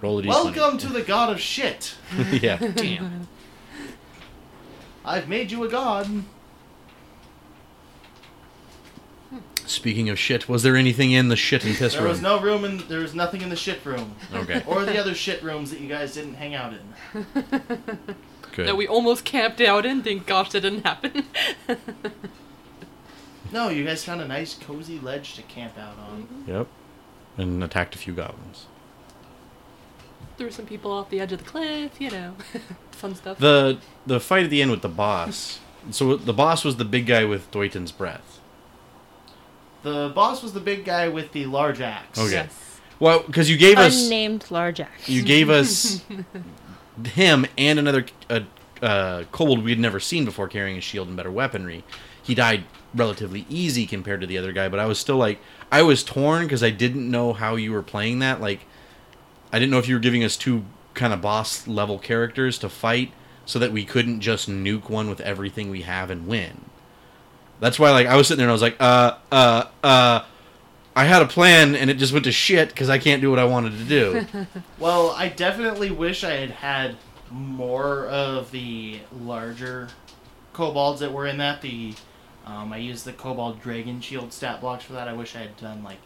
C: Roll a d20.
A: Welcome to the god of shit.
C: yeah. Damn.
A: I've made you a god.
C: Speaking of shit, was there anything in the shit and piss
A: There
C: room?
A: was no room in. There was nothing in the shit room,
C: okay.
A: or the other shit rooms that you guys didn't hang out in.
C: Good.
D: that we almost camped out in. Thank gosh that didn't happen.
A: No, you guys found a nice cozy ledge to camp out on.
C: Yep. And attacked a few goblins.
D: Threw some people off the edge of the cliff. You know, fun stuff.
C: The the fight at the end with the boss. so the boss was the big guy with Doyton's breath.
A: The boss was the big guy with the large axe.
C: Okay.
D: Yes.
C: Well, because you gave us
G: Unnamed large axe.
C: you gave us him and another uh, uh, kobold we had never seen before carrying a shield and better weaponry. He died relatively easy compared to the other guy, but I was still like I was torn because I didn't know how you were playing that. Like I didn't know if you were giving us two kind of boss level characters to fight so that we couldn't just nuke one with everything we have and win. That's why like I was sitting there and I was like uh uh uh I had a plan and it just went to shit because I can't do what I wanted to do.
A: Well, I definitely wish I had had more of the larger kobolds that were in that. The um, I used the kobold dragon shield stat blocks for that. I wish I had done like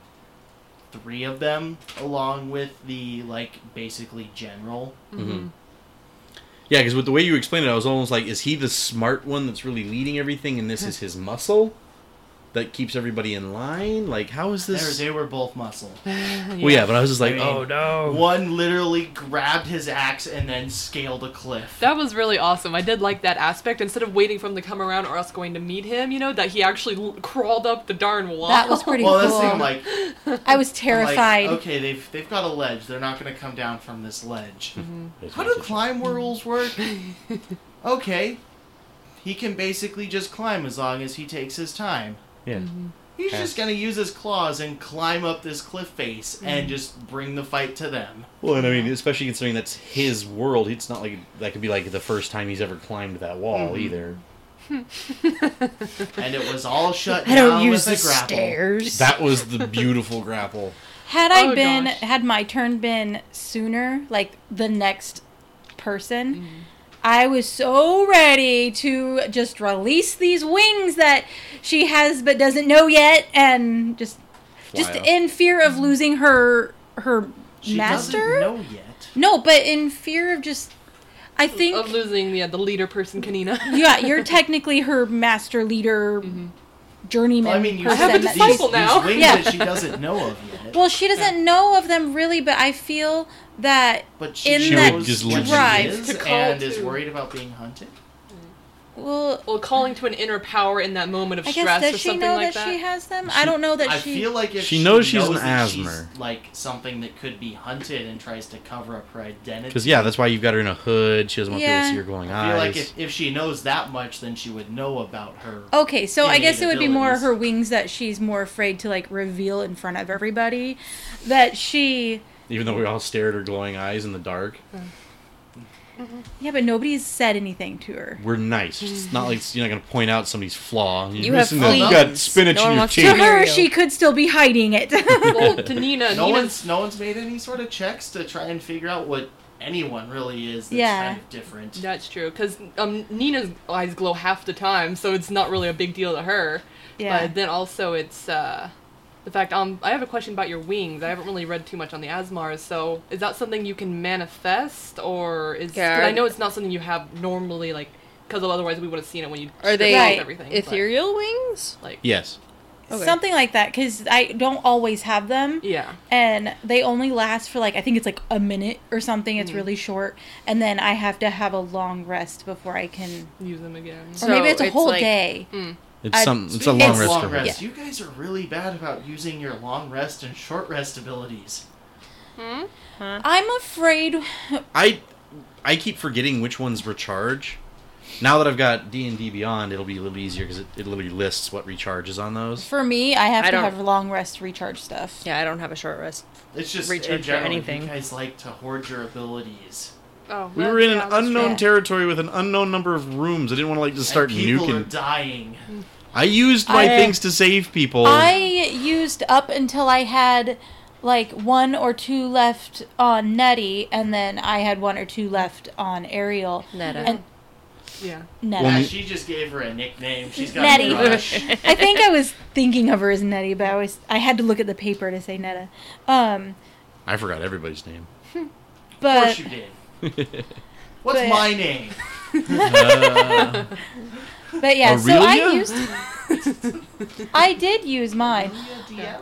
A: three of them along with the like basically general.
D: Mm-hmm.
C: Mm-hmm. Yeah, because with the way you explained it, I was almost like, is he the smart one that's really leading everything, and this is his muscle that keeps everybody in line? Like, how is
A: They were-
C: this?
A: They were both muscle.
C: Well, yeah, but I was just like,
A: I mean,
C: oh no.
A: One literally grabbed his axe and then scaled a cliff.
D: That was really awesome. I did like that aspect. Instead of waiting for him to come around or us going to meet him, you know, that he actually l- crawled up the darn wall.
B: That was pretty
A: well, that's
B: cool.
A: the thing, like,
B: I
A: I'm
B: was
A: like,
B: terrified.
A: okay, they've they've got a ledge. They're not going to come down from this ledge. How do climb rules work? okay, he can basically just climb as long as he takes his time.
C: Yeah.
A: He's
C: Okay.
A: just going to use his claws and climb up this cliff face and just bring the fight to them.
C: Well, and I mean, especially considering that's his world, it's not like that could be like the first time he's ever climbed that wall either.
A: And it was all shut
G: I
A: down
G: don't use the
A: with a grapple.
G: stairs.
C: That was the beautiful grapple.
B: Had I
D: Oh,
B: been
D: gosh.
B: had my turn been sooner, like the next person,
A: Mm-hmm.
B: I was so ready to just release these wings that she has but doesn't know yet and just just
C: Flyo.
B: in fear of losing her her
A: Mm-hmm. She doesn't
B: master?
A: know yet.
B: No, but in fear of just I think
D: Of losing, yeah, the leader person, Kanina.
B: yeah, you're technically her master leader journeyman.
A: Mm-hmm. Well, I mean, you
B: person
D: have a
A: said
B: that
A: that
B: she's-
D: disciple
A: these,
D: now.
A: these wings
B: Yeah.
A: that she doesn't know of yet.
B: Well, she doesn't know of them really, but I feel that
A: But she
B: in
A: knows
B: that
C: She would just
A: what she
B: drive-
A: is
D: To call
A: and is
D: to-
A: worried about being hunted.
B: Well,
D: Well, calling to an inner power in that moment of
B: I guess
D: stress or
B: does she
D: something
B: know
D: like
B: that, she has them? I don't know that
A: I
B: she.
A: feel like if
C: She
A: she,
C: knows she's an
A: that
C: asthma.
A: she's like something that could be hunted and tries to cover up her identity.
C: Because yeah, that's why you've got her in a hood. She doesn't want people
B: Yeah.
C: to see her glowing
A: I feel like
C: eyes.
A: if, if she knows that much, then she would know about her.
B: Okay, so I
A: innate
B: guess it would be more
A: abilities.
B: her wings that she's more afraid to like reveal in front of everybody that she
C: Even though we all stare at her glowing eyes in the dark,
B: yeah, but nobody's said anything to her.
C: we're nice. It's not like you're not gonna point out somebody's flaw. You're
G: You have
C: missing that-
G: fleas.
C: you got spinach
G: No one
C: in your
G: wants to hear
B: To
C: teeth.
B: her,
G: you.
B: she could still be hiding it.
D: well, to Nina,
A: No
D: Nina's
A: one's no one's made any sort of checks to try and figure out what anyone really is. That's
B: Yeah.
A: kind of different.
D: that's true because um, Nina's eyes glow half the time, so it's not really a big deal to her.
B: yeah,
D: But then also it's uh, the fact. Um, I have a question about your wings. I haven't really read too much on the Asmars, so is that something you can manifest, or is? 'cause
G: Yeah.
D: I know it's not something you have normally, like, because otherwise we would have seen it when you.
G: Are
D: stripped
G: they
D: off
B: Right.
D: everything, but,
G: ethereal wings?
D: Like.
C: Yes.
G: Okay.
B: something like that because I don't always have them.
D: Yeah.
B: and they only last for like I think it's like a minute or something.
D: Hmm.
B: It's really short, and then I have to have a long rest before I can.
D: Use them again.
B: or maybe
G: So
B: it's a
G: it's
B: whole
G: like-
B: day.
C: It's
B: I-
C: some. It's a
A: Speaking
C: long
A: of
C: rest. for
A: Long
C: her.
A: rest. You guys are really bad about using your long rest and short rest abilities.
B: I'm afraid.
C: I I keep forgetting which ones recharge. Now that I've got D and D Beyond, it'll be a little easier because it, it literally lists what recharges on those.
B: For me, I have
G: I
B: to
G: don't-
B: have long rest to recharge stuff.
G: Yeah, I don't have a short rest.
A: It's just
G: Recharge
A: in
G: for
A: general,
G: anything.
A: you guys like to hoard your abilities.
D: Oh,
C: We
D: that-
C: were in
D: yeah,
C: an
D: that's
C: unknown
B: true.
C: territory with an unknown number of rooms. I didn't want to like just start
A: and people are
C: nuking.
A: dying.
C: I used my
B: I-
C: things to save people.
B: I used up until I had like one or two left on Nettie, and then I had one or two left on Ariel.
G: Netta.
B: And
D: true. Yeah.
B: Netta.
A: Yeah,
C: Well,
A: she just gave her a nickname. She's got
B: Nettie.
A: a crush.
B: I think I was thinking of her as Nettie, but I was I had to look at the paper to say Netta. Um,
C: I forgot everybody's name.
A: Of course
B: but
A: you did. What's
B: But-
A: my name?
C: Uh,
B: but yeah, so I
C: Aurelia?
B: used I did use mine.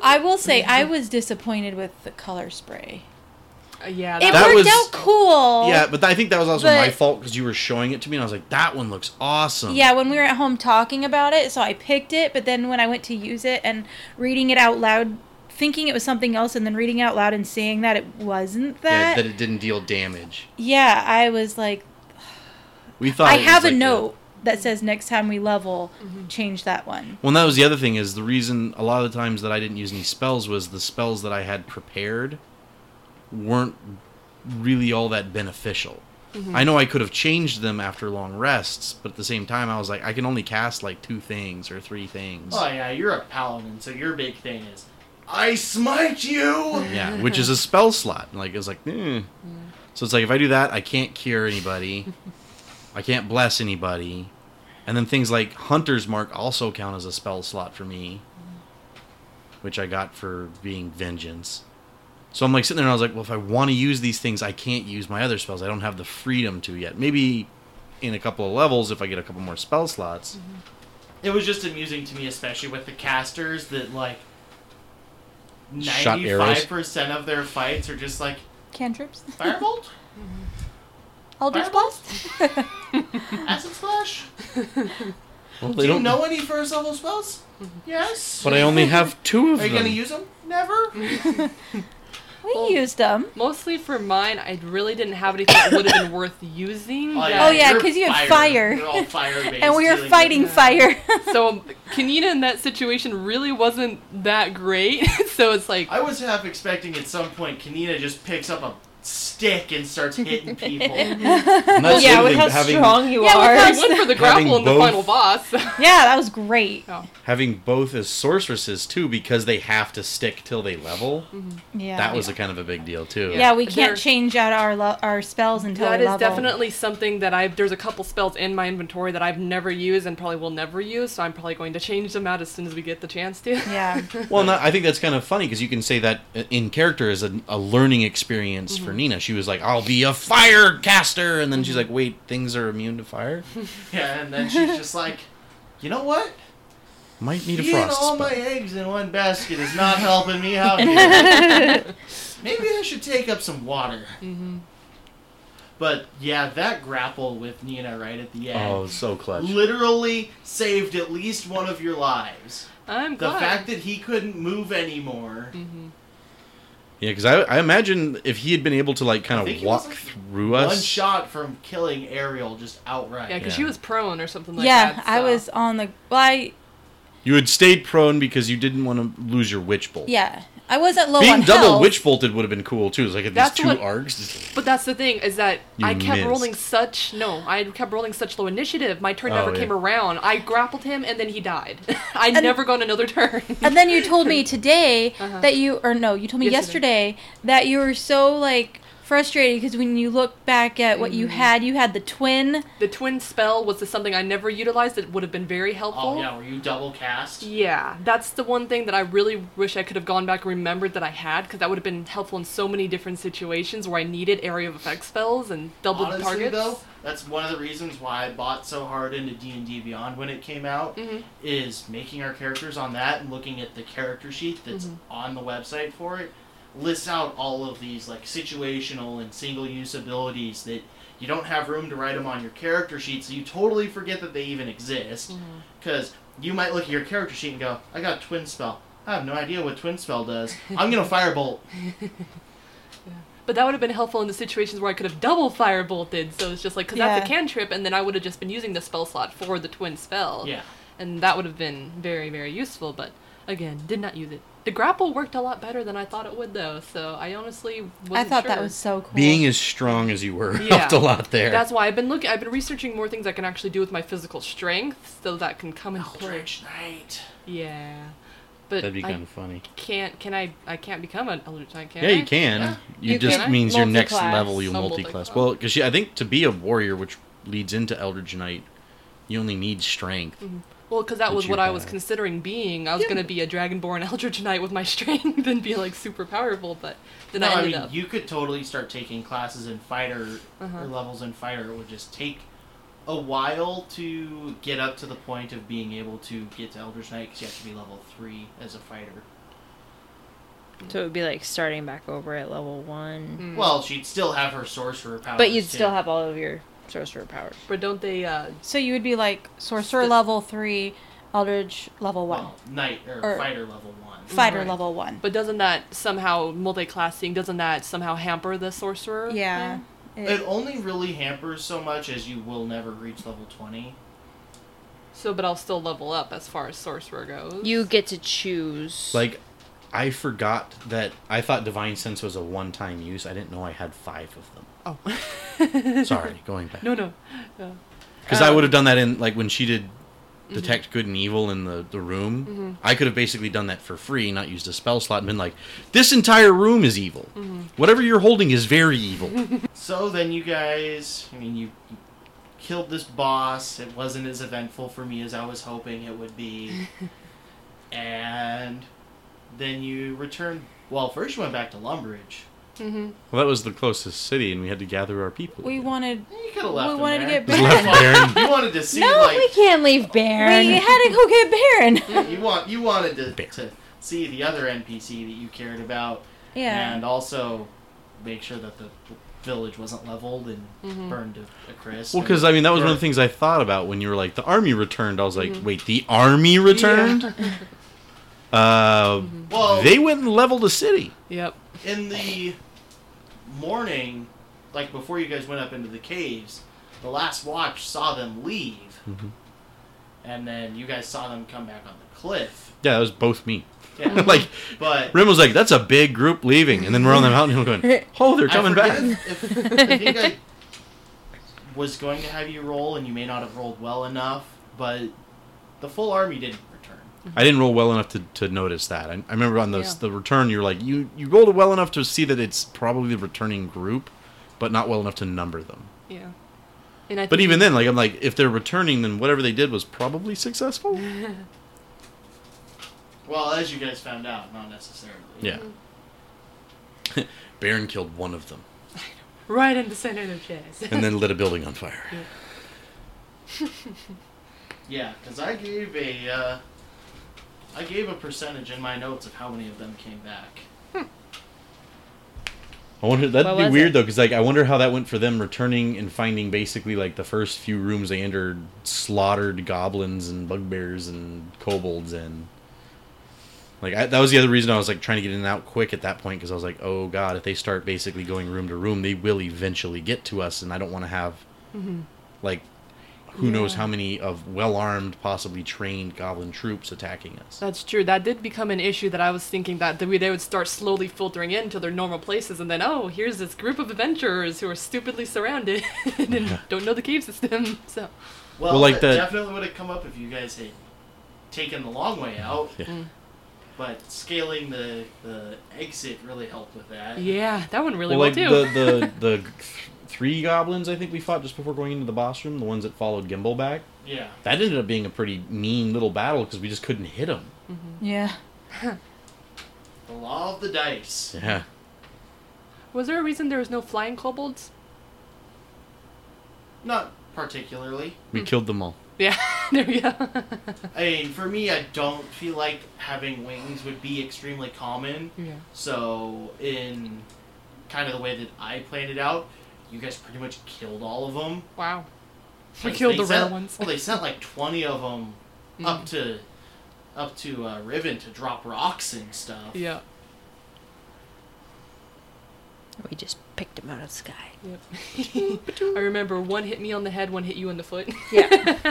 B: I will say I was disappointed with the color spray.
D: Uh, yeah.
B: It
C: That
B: worked
C: was-
B: out cool.
C: yeah, but I think that was also my
B: But-
C: fault because you were showing it to me, and I was like, "That one looks awesome."
B: Yeah, when we were at home talking about it, so I picked it, but then when I went to use it and reading it out loud, thinking it was something else, and then reading it out loud and seeing that it wasn't
C: Yeah,
B: that,
C: that it didn't deal damage.
B: yeah, I was like,
C: We thought
B: I
C: it was
B: have a
C: like
B: note that says next time we level,
D: Mm-hmm.
B: change that one.
C: Well, and that was the other thing is the reason a lot of the times that I didn't use any spells was the spells that I had prepared weren't really all that beneficial.
B: Mm-hmm.
C: I know I could have changed them after long rests, but at the same time, I was like, I can only cast like two things or three things.
A: Oh yeah, you're a paladin, so your big thing is, I smite you.
C: Yeah, which is a spell slot. And, Like it's like, eh. so it's like if I do that, I can't cure anybody, I can't bless anybody, and then things like Hunter's Mark also count as a spell slot for me,
A: Mm-hmm.
C: which I got for being vengeance. So I'm like sitting there and I was like, well, if I want to use these things, I can't use my other spells. I don't have the freedom to yet. Maybe in a couple of levels, if I get a couple more spell slots.
A: Mm-hmm. It was just amusing to me, especially with the casters that like.
C: Shot arrows.
A: Ninety-five percent of their fights are just like
B: Cantrips,
A: firebolt,
B: Eldritch Blast.
A: acid splash.
C: Well,
A: Do you know any first level spells? Yes.
C: But I only have two of
A: Are you
C: them.
A: gonna use them? Never.
B: We
D: Well,
B: used them.
D: Mostly for mine, I really didn't have anything that would have been worth using.
B: Oh,
D: that-
B: yeah,
A: you're
B: 'cause you had fire.
A: You're all fire-based,
B: And we were
A: dealing with-
B: fighting fire.
D: So Kanina in that situation really wasn't that great. so it's like
A: I was half expecting at some point Kanina just picks up a stick and starts hitting people.
C: And that's the
G: yeah,
C: other
G: with
C: thing,
G: how
C: having-
G: strong you
B: Yeah,
G: are.
B: with
D: I went for the
C: Having
D: grapple in the
C: both-
D: final boss.
B: yeah, that was great.
D: Oh.
C: having both as sorceresses too because they have to stick till they level
B: Mm-hmm. Yeah,
C: that was a kind of a big deal too
B: yeah. We
D: They're-
B: can't change out our lo- our spells until
D: that
B: we
D: is
B: level.
D: definitely something that I've. There's a couple spells in my inventory that I've never used and probably will never use. So I'm probably going to change them out as soon as we get the chance to.
B: yeah.
C: well and that- i think that's kind of funny because you can say that i- in character is a, a learning experience
B: Mm-hmm.
C: for nina she was like i'll be a fire caster and then she's like wait things are immune to fire
A: Yeah, and then she's just like, you know what?
C: might need a
A: Eating
C: frost
A: all
C: spell.
A: my eggs in one basket is not helping me
B: Mm-hmm.
A: out here. Maybe I should take up some water. But yeah, that grapple with Nina right at the end
C: Oh, so clutch.
A: literally saved at least one of your lives.
D: I'm
A: The
D: glad.
A: fact that he couldn't move anymore.
C: Yeah, because I, I imagine if he had been able to like
A: I
C: kind
A: think
C: of
A: he was,
C: walk
A: like,
C: through
A: One
C: us,
A: shot from killing Ariel just outright.
D: yeah, because
C: Yeah.
D: she was prone or something like
B: yeah,
D: that.
B: I
D: so-
B: was on the. Well, I,
C: you had stayed prone because you didn't want to lose your witch bolt.
B: yeah, Oh, I was at low
C: Being
B: on
C: double
B: health.
C: witch bolted would have been cool too. It's like at these
D: That's
C: two
D: what-
C: arcs.
D: But that's the thing is that
C: You
D: I kept
C: missed.
D: rolling such no, I kept rolling such low initiative. My turn
C: Oh,
D: never
C: yeah.
D: came around. I grappled him and then he died. I never got another turn.
B: and then you told me today
D: Uh-huh.
B: that you, or no, you told me
D: Yesterday.
B: yesterday, that you were so like frustrated because when you look back at what you had, you had the twin.
D: the twin spell was something I never utilized that would have been very helpful.
A: Oh yeah, were you double cast?
D: Yeah, that's the one thing that I really wish I could have gone back and remembered that I had, because that would have been helpful in so many different situations where I needed area of effect spells and double
A: Honestly,
D: targets.
A: though, that's one of the reasons why I bought so hard into D and D Beyond when it came out.
D: Mhm.
A: Is making our characters on that and looking at the character sheet that's
D: Mm-hmm.
A: on the website for it lists out all of these like situational and single use abilities that you don't have room to write them on your character sheet, so you totally forget that they even exist.
D: Mm-hmm.
A: Because you might look at your character sheet and go, "I got twin spell." I have no idea what twin spell does. I'm gonna firebolt.
D: But that would have been helpful in the situations where I could have double fire bolted. So it's just like, because that's a
B: Yeah.
D: cantrip, and then I would have just been using the spell slot for the twin spell.
A: Yeah.
D: And that would have been very, very useful, but again, did not use it. The grapple worked a lot better than I thought it would, though, so I honestly wasn't
B: I thought that
D: sure.
B: was so cool.
C: Being as strong as you were
D: Yeah.
C: helped a lot there.
D: That's why I've been looking. I've been researching more things I can actually do with my physical strength, so that can come into play.
A: Eldritch Knight.
D: Yeah, but
C: That'd be
D: I
C: kind of funny.
D: can't. Can I? I can't become an eldritch knight. Can
C: Yeah, you
D: I?
C: can.
A: Yeah.
C: You,
G: You
C: just
G: can
C: means your next
G: multi-class.
C: level you
D: Oh,
C: multi-class.
D: multi-class.
C: Well, because I think to be a warrior, which leads into Eldritch Knight, you only need strength.
D: Well, because that
C: But
D: was
C: you
D: what I was
C: have-
D: considering being. I was gonna be a dragonborn eldritch knight with my strength and be like super powerful, but then
A: No,
D: I
A: I,
D: ended
A: mean,
D: up.
A: you could totally start taking classes in fighter
D: Uh-huh.
A: or levels in fighter. It would just take a while to get up to the point of being able to get to Elder's Knight because you have to be level three as a fighter.
G: So it would be like starting back over at level one.
D: Mm.
A: Well, she'd still have her sorcerer powers.
G: But you'd
A: too.
G: still have all of your sorcerer powers.
D: but don't they? Uh,
B: so you would be like sorcerer
D: Spe-
B: level three, eldritch level one,
A: well, knight or,
B: Or-
A: fighter level one.
B: fighter
D: right.
B: level one.
D: but doesn't that somehow multi-classing? Doesn't that somehow hamper the sorcerer?
B: yeah,
D: thing?
B: it,
A: It only really hampers so much as you will never reach level twenty.
D: So, but I'll still level up as far as sorcerer goes.
G: You get to choose.
C: Like, I forgot that I thought Divine Sense was a one-time use. I didn't know I had five of them.
D: Oh.
C: Sorry, going back.
D: No, no. Yeah.
C: Because
A: Oh.
C: I would have done that in like when she did
A: Mm-hmm.
C: detect good and evil in the the room. I could have basically done that for free, not used a spell slot, and been like, "This entire room is evil.
A: Mm-hmm.
C: Whatever you're holding is very evil."
A: So then you guys, I mean, you, you killed this boss. It wasn't as eventful for me as I was hoping it would be. and then you returned. Well, first you went back to Lumbridge.
D: Mm-hmm.
C: well, that was the closest city, and we had to gather our people.
B: we
C: again.
B: wanted.
A: You could have left.
B: We
A: him
B: wanted to
A: there.
B: get
C: Just
B: Baron.
C: left Baron.
A: You wanted to see
G: no, we
A: like
G: can't leave Baron.
B: We had to go get Baron.
A: you want you wanted to,
C: Bear.
A: to see the other NPC that you cared about,
B: Yeah.
A: and also make sure that the village wasn't leveled and
B: Mm-hmm.
A: burned to a crisp.
C: Well,
A: and-
C: because I mean, that was one
A: Or-
C: of the things I thought about when you were like, the army returned. I was like,
A: Mm-hmm.
C: wait, the army returned? Uh,
A: well,
C: They went and leveled a city.
D: Yep.
A: in the morning, like before you guys went up into the caves, the last watch saw them leave,
C: Mm-hmm.
A: and then you guys saw them come back on the cliff.
C: Yeah, that was both me.
A: Yeah,
C: like,
A: but
C: Rim was like, that's a big group leaving. And then we're on the mountain hill going, oh, they're
A: I
C: coming
A: forget
C: back.
A: If, I think I was going to have you roll, and you may not have rolled well enough, but the full army didn't return.
C: I didn't roll well enough to, to notice that. I, I remember on the,
D: Yeah.
C: the return, you were like, you, you rolled it well enough to see that it's probably the returning group, but not well enough to number them.
D: Yeah. And I
C: But
D: think-
C: even then, like, I'm like, if they're returning, then whatever they did was probably successful.
A: Well, as you guys found out, not necessarily.
C: Yeah. Baron killed one of them
D: right in the center of the chest.
C: and then lit a building on fire.
A: Yeah, because I gave a, uh, I gave a percentage in my notes of how many of them came back.
C: I wonder that'd
G: What
C: be
G: was
C: weird
G: it?
C: though, because like I wonder how that went for them returning and finding basically like the first few rooms they entered slaughtered goblins and bugbears and kobolds and like I, that was the other reason I was like trying to get in and out quick at that point because I was like, oh god, if they start basically going room to room, they will eventually get to us, and I don't want to have
G: Mm-hmm.
C: like who knows how many of well armed, possibly trained goblin troops attacking us.
D: That's true. That did become an issue that I was thinking that they would they would start slowly filtering in to their normal places, and then oh, here's this group of adventurers who are stupidly surrounded and don't know the cave system. So
A: Well,
C: Well, like
A: that
C: the-
A: definitely would have come up if you guys had taken the long way out.
C: Yeah.
A: But scaling the the exit really helped with that.
D: yeah, that one really
C: well,
D: well,
C: like
D: too.
C: the the the three goblins I think we fought just before going into the boss room, the ones that followed Gimbal back.
A: Yeah.
C: That ended up being a pretty mean little battle because we just couldn't hit them.
B: Yeah.
A: The law of the dice.
C: Yeah.
D: was there a reason there was no flying kobolds?
A: Not particularly.
C: We
D: Hmm.
C: killed them all.
D: Yeah, there we go.
A: I mean, for me, I don't feel like having wings would be extremely common.
D: yeah.
A: So, in kind of the way that I planned it out, you guys pretty much killed all of them.
D: Wow. We killed the rare
A: sent,
D: ones. Mm-hmm.
A: Well, they sent like twenty of them up to up to uh, Riven to drop rocks and stuff.
D: Yeah.
G: We just picked him out of the sky.
D: Yep. I remember one hit me on the head, one hit you in the foot.
G: Yeah.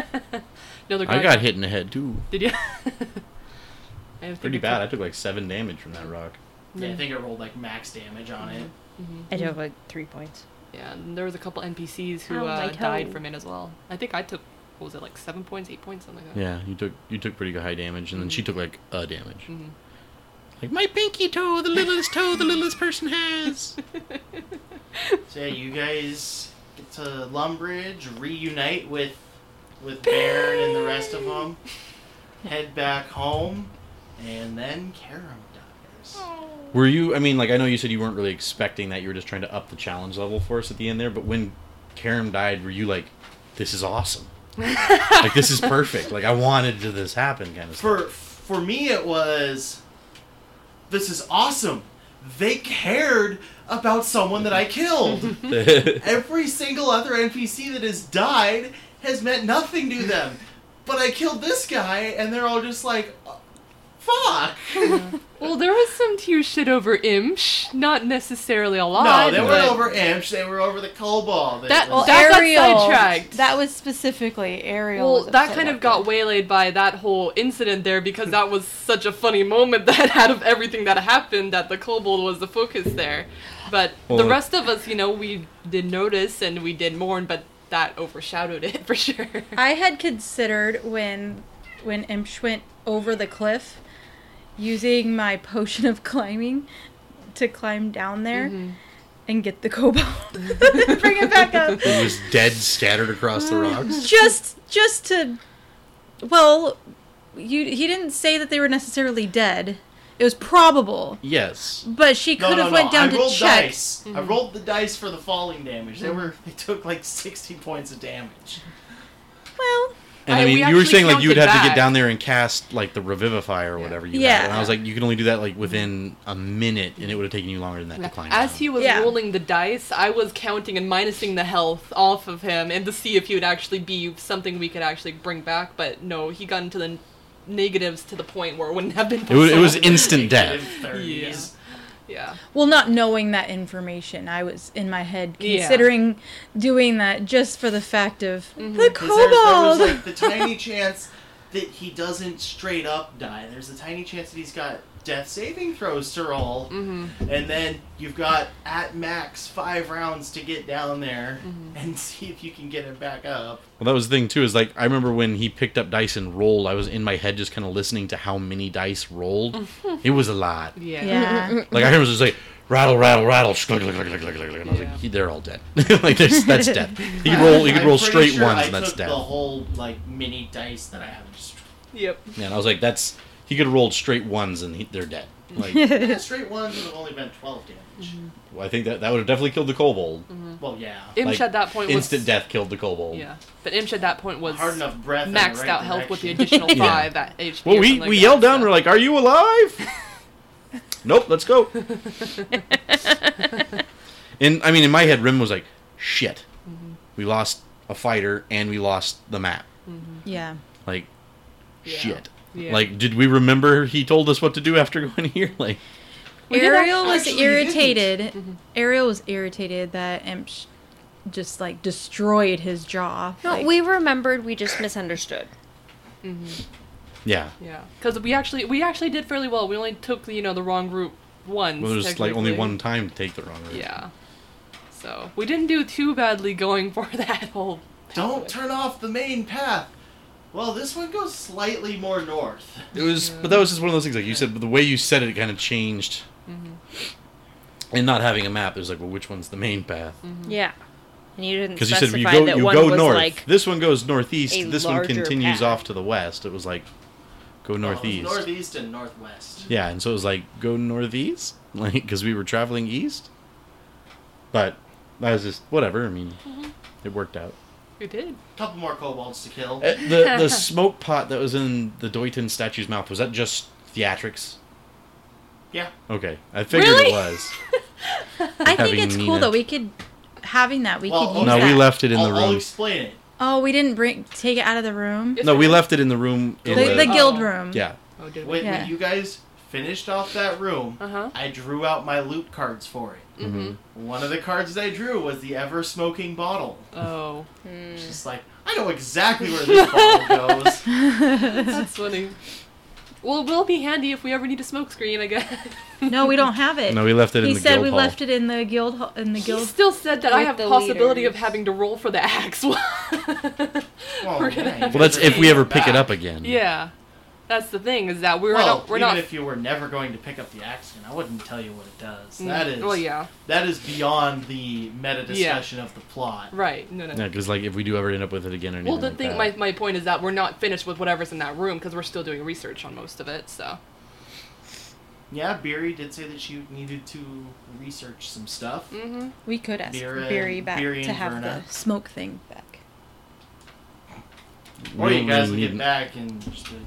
D: Another guy
C: I got hit in the head too.
D: Did you? I think
C: Pretty
D: I
C: bad. I
D: took-
C: took like seven damage from that rock.
A: Yeah, I think I rolled like max damage on it.
D: Mm-hmm.
C: Mm-hmm.
G: I took like three points.
D: Yeah, and there was a couple NPCs who
B: Ow, Oh my
D: uh, died
B: toe.
D: from it as well. I think I took what was it like seven points, eight points, something like that.
C: Yeah, you took you took pretty good high damage, and then
D: Mm-hmm.
C: she took like a damage.
D: Mhm.
C: Like my pinky toe, the littlest toe the littlest person has.
A: So yeah, you guys get to Lumbridge, reunite with with Baron and the rest of them, head back home, and then Karam dies.
C: Were you? I mean, like I know you said you weren't really expecting that. You were just trying to up the challenge level for us at the end there. But when Karam died, were you like, "This is awesome"? like this is perfect. Like I wanted to this happen, kind of stuff.
A: For for me, it was this is awesome. They cared about someone that I killed. Every single other NPC that has died has meant nothing to them. But I killed this guy, and they're all just like, "Uh, fuck.
D: Well, there was some tear shit over Imsh, not necessarily a lot.
A: No, they
D: but
A: weren't over Imsh, they were over the Cobalt.
D: That-
A: was,
D: that- got sidetracked.
B: That was specifically Ariel.
D: Well,
B: was
D: that
B: upset
D: kind of
B: about
D: got
B: that.
D: waylaid by that whole incident there because that was such a funny moment that out of everything that happened that the kobold was the focus there. But the
C: Well,
D: rest of us, you know, we did notice and we did mourn, but that overshadowed it for sure.
B: I had considered when when Imsh went over the cliff using my potion of climbing to climb down there
D: Mm-hmm.
B: and get the kobold. Bring it back up.
C: He was dead, scattered across the rocks.
B: just just to well, you he didn't say that they were necessarily dead. It was probabl,
C: Yes.
B: but she
A: no,
B: could
A: no,
B: have
A: no,
B: went down
A: I rolled
B: to check. Mm-hmm.
A: dice. I rolled the dice for the falling damage. They were they took like sixty points of damage.
B: Well,
C: And I,
D: I- we
C: mean, you were
D: actually
C: saying like you would have
D: counted
C: to get
D: back.
C: down there and cast like the revivify or whatever you
B: Yeah.
C: had. And I was like, you can only do that like within a minute, and it would have taken you longer than that to climb.
D: As
C: down.
D: he was
B: Yeah.
D: rolling the dice, I was counting and minusing the health off of him and to see if he would actually be something we could actually bring back. But no, he got into the n- negatives to the point where it wouldn't have been
C: it was, it
D: possible.
C: was instant
A: Negative
C: death.
A: 30s.
D: yeah.
B: Well, not knowing that information, I was in my head
D: Yeah.
B: considering doing that just for the fact of the
A: 'Cause there's-
B: kobold.
A: There was like the tiny chance that he doesn't straight up die. There's a tiny chance that he's got death saving throws to roll,
D: Mm-hmm.
A: and then you've got at max five rounds to get down there
D: Mm-hmm.
A: and see if you can get him back up.
C: Well, that was the thing too. Is like I remember when he picked up dice and rolled. I was in my head just kind of listening to how many dice rolled. it was a lot.
D: Yeah.
B: yeah.
C: Like I heard him just like rattle, rattle, rattle, shlug, glug, glug, glug, glug, glug, and I was
D: Yeah.
C: like, he- they're all dead. like there's, that's death. He could roll, he could
A: I'm
C: roll
A: pretty
C: straight
A: sure
C: ones,
A: I
C: and that's
A: took The
C: death.
A: whole like mini dice that I have just
D: Yep.
C: Yeah, and I was like, that's he could have rolled straight ones, and he, they're dead. Like well,
A: yeah, straight ones would have only been twelve damage.
D: Mm-hmm.
C: I think that that would have definitely killed the kobold.
A: Well, yeah,
D: Imsh
C: Like,
D: at that point was
C: Instant death killed the kobold.
D: Yeah, but Imsh at that point was
A: hard enough breath. in the
D: maxed
A: right
D: out health with the
A: direction.
D: additional
C: Yeah.
D: five at HP.
C: Well,
D: or
C: we
D: something
C: we
D: like
C: yelled
D: that,
C: down.
D: so-
C: We're like, "Are you alive?" nope. Let's go. And I mean, in my head, Rim was like, "Shit,
D: Mm-hmm.
C: we lost a fighter and we lost the map."
B: Yeah.
C: Like,
D: Yeah.
C: shit.
D: Yeah.
C: Like, did we remember he told us what to do after going here? Like,
D: We did
B: Ariel was
D: actually didn't.
B: irritated. Ariel was irritated that Imp sh- just like destroyed his jaw.
G: No,
B: Like,
G: we remembered. We just misunderstood.
C: yeah.
D: Yeah, because we actually we actually did fairly well. We only took you know the wrong route once.
C: Well, there's like only
D: technically.
C: one time to take the wrong route.
D: Yeah, so we didn't do too badly going for that whole.
A: Don't turn off the main path. Well, this one goes slightly more north.
C: It was, but that was just one of those things. Like you said, but the way you said it, kind of changed.
D: Mm-hmm.
C: And not having a map, it was like, well, which one's the main path?
G: Yeah, and you didn't
C: Because
G: specify
C: Mm-hmm. you said you go
G: that
C: you
G: one
C: go
G: was
C: north.
G: like
C: this one goes northeast.
G: a
C: This one
G: larger
C: continues
G: path.
C: off to the west. Oh, It was like, go northeast.
A: Well, Oh, northeast and northwest.
C: Yeah, and so it was like go northeast, like because we were traveling east. But that was just whatever. I mean, it worked out.
D: We did.
A: Couple more kobolds to kill.
C: Uh, the the smoke pot that was in the Doyton statue's mouth was that just theatrics?
A: Yeah.
C: Okay, I figured
B: Really?
C: it was.
B: I think
C: having
B: it's cool
C: Nina-
B: though. We could having that. We
A: Well,
B: could
A: okay.
B: use
C: No, we
B: that.
C: left it in
A: I'll,
C: the
A: I'll
C: room.
A: explain it.
B: Oh, we didn't bring take it out of the room.
D: Yes,
C: No,
D: we
C: we
D: did.
C: left it in the room.
B: The,
C: In
B: the,
C: the,
D: Oh.
B: guild room.
C: yeah,
D: Oh, did we?
A: When,
B: Yeah.
A: when you guys finished off that room,
D: Uh-huh.
A: I drew out my loot cards for it. Mm-hmm. One of the cards that I drew was the ever smoking bottle.
D: Oh,
A: It's Just like I know exactly where this bottle goes.
D: that's funny. Well, it will be handy if we ever need a smoke screen, I guess.
B: No, we don't have it.
C: no, we left it in
B: he
C: the
B: said
C: guild
B: we
C: hall.
B: left it in the guild hall- in the
D: He
B: guild.
D: still said that I
G: With
D: have
G: the
D: possibility of
G: leaders.
D: having to roll for the axe.
A: Well,
D: We're gonna
A: yeah, you
D: have-
C: Well, that's if we ever
A: Back.
C: pick it up again.
D: yeah, that's the thing is that we're
A: well,
D: not we're
A: even
D: not.
A: if you were never going to pick up the accident, I wouldn't tell you what it does.
D: Mm,
A: That is
D: Well, yeah,
A: that is beyond the meta discussion of the plot.
D: right. No, no.
C: Yeah, because like if we do ever end up with it again or anything.
D: Well, the
C: like
D: thing,
C: that.
D: my, my point is that we're not finished with whatever's in that room because we're still doing research on most of it. So
A: Yeah, Beery did say that she needed to research some stuff.
D: Mm-hmm.
B: We could ask
A: Beer
B: Barry
A: and-
B: back
A: Beer and
B: to have
A: Verna.
B: the smoke thing back.
C: We
A: Or
C: don't
A: you guys
C: really
A: would get
C: need-
A: back and just be like,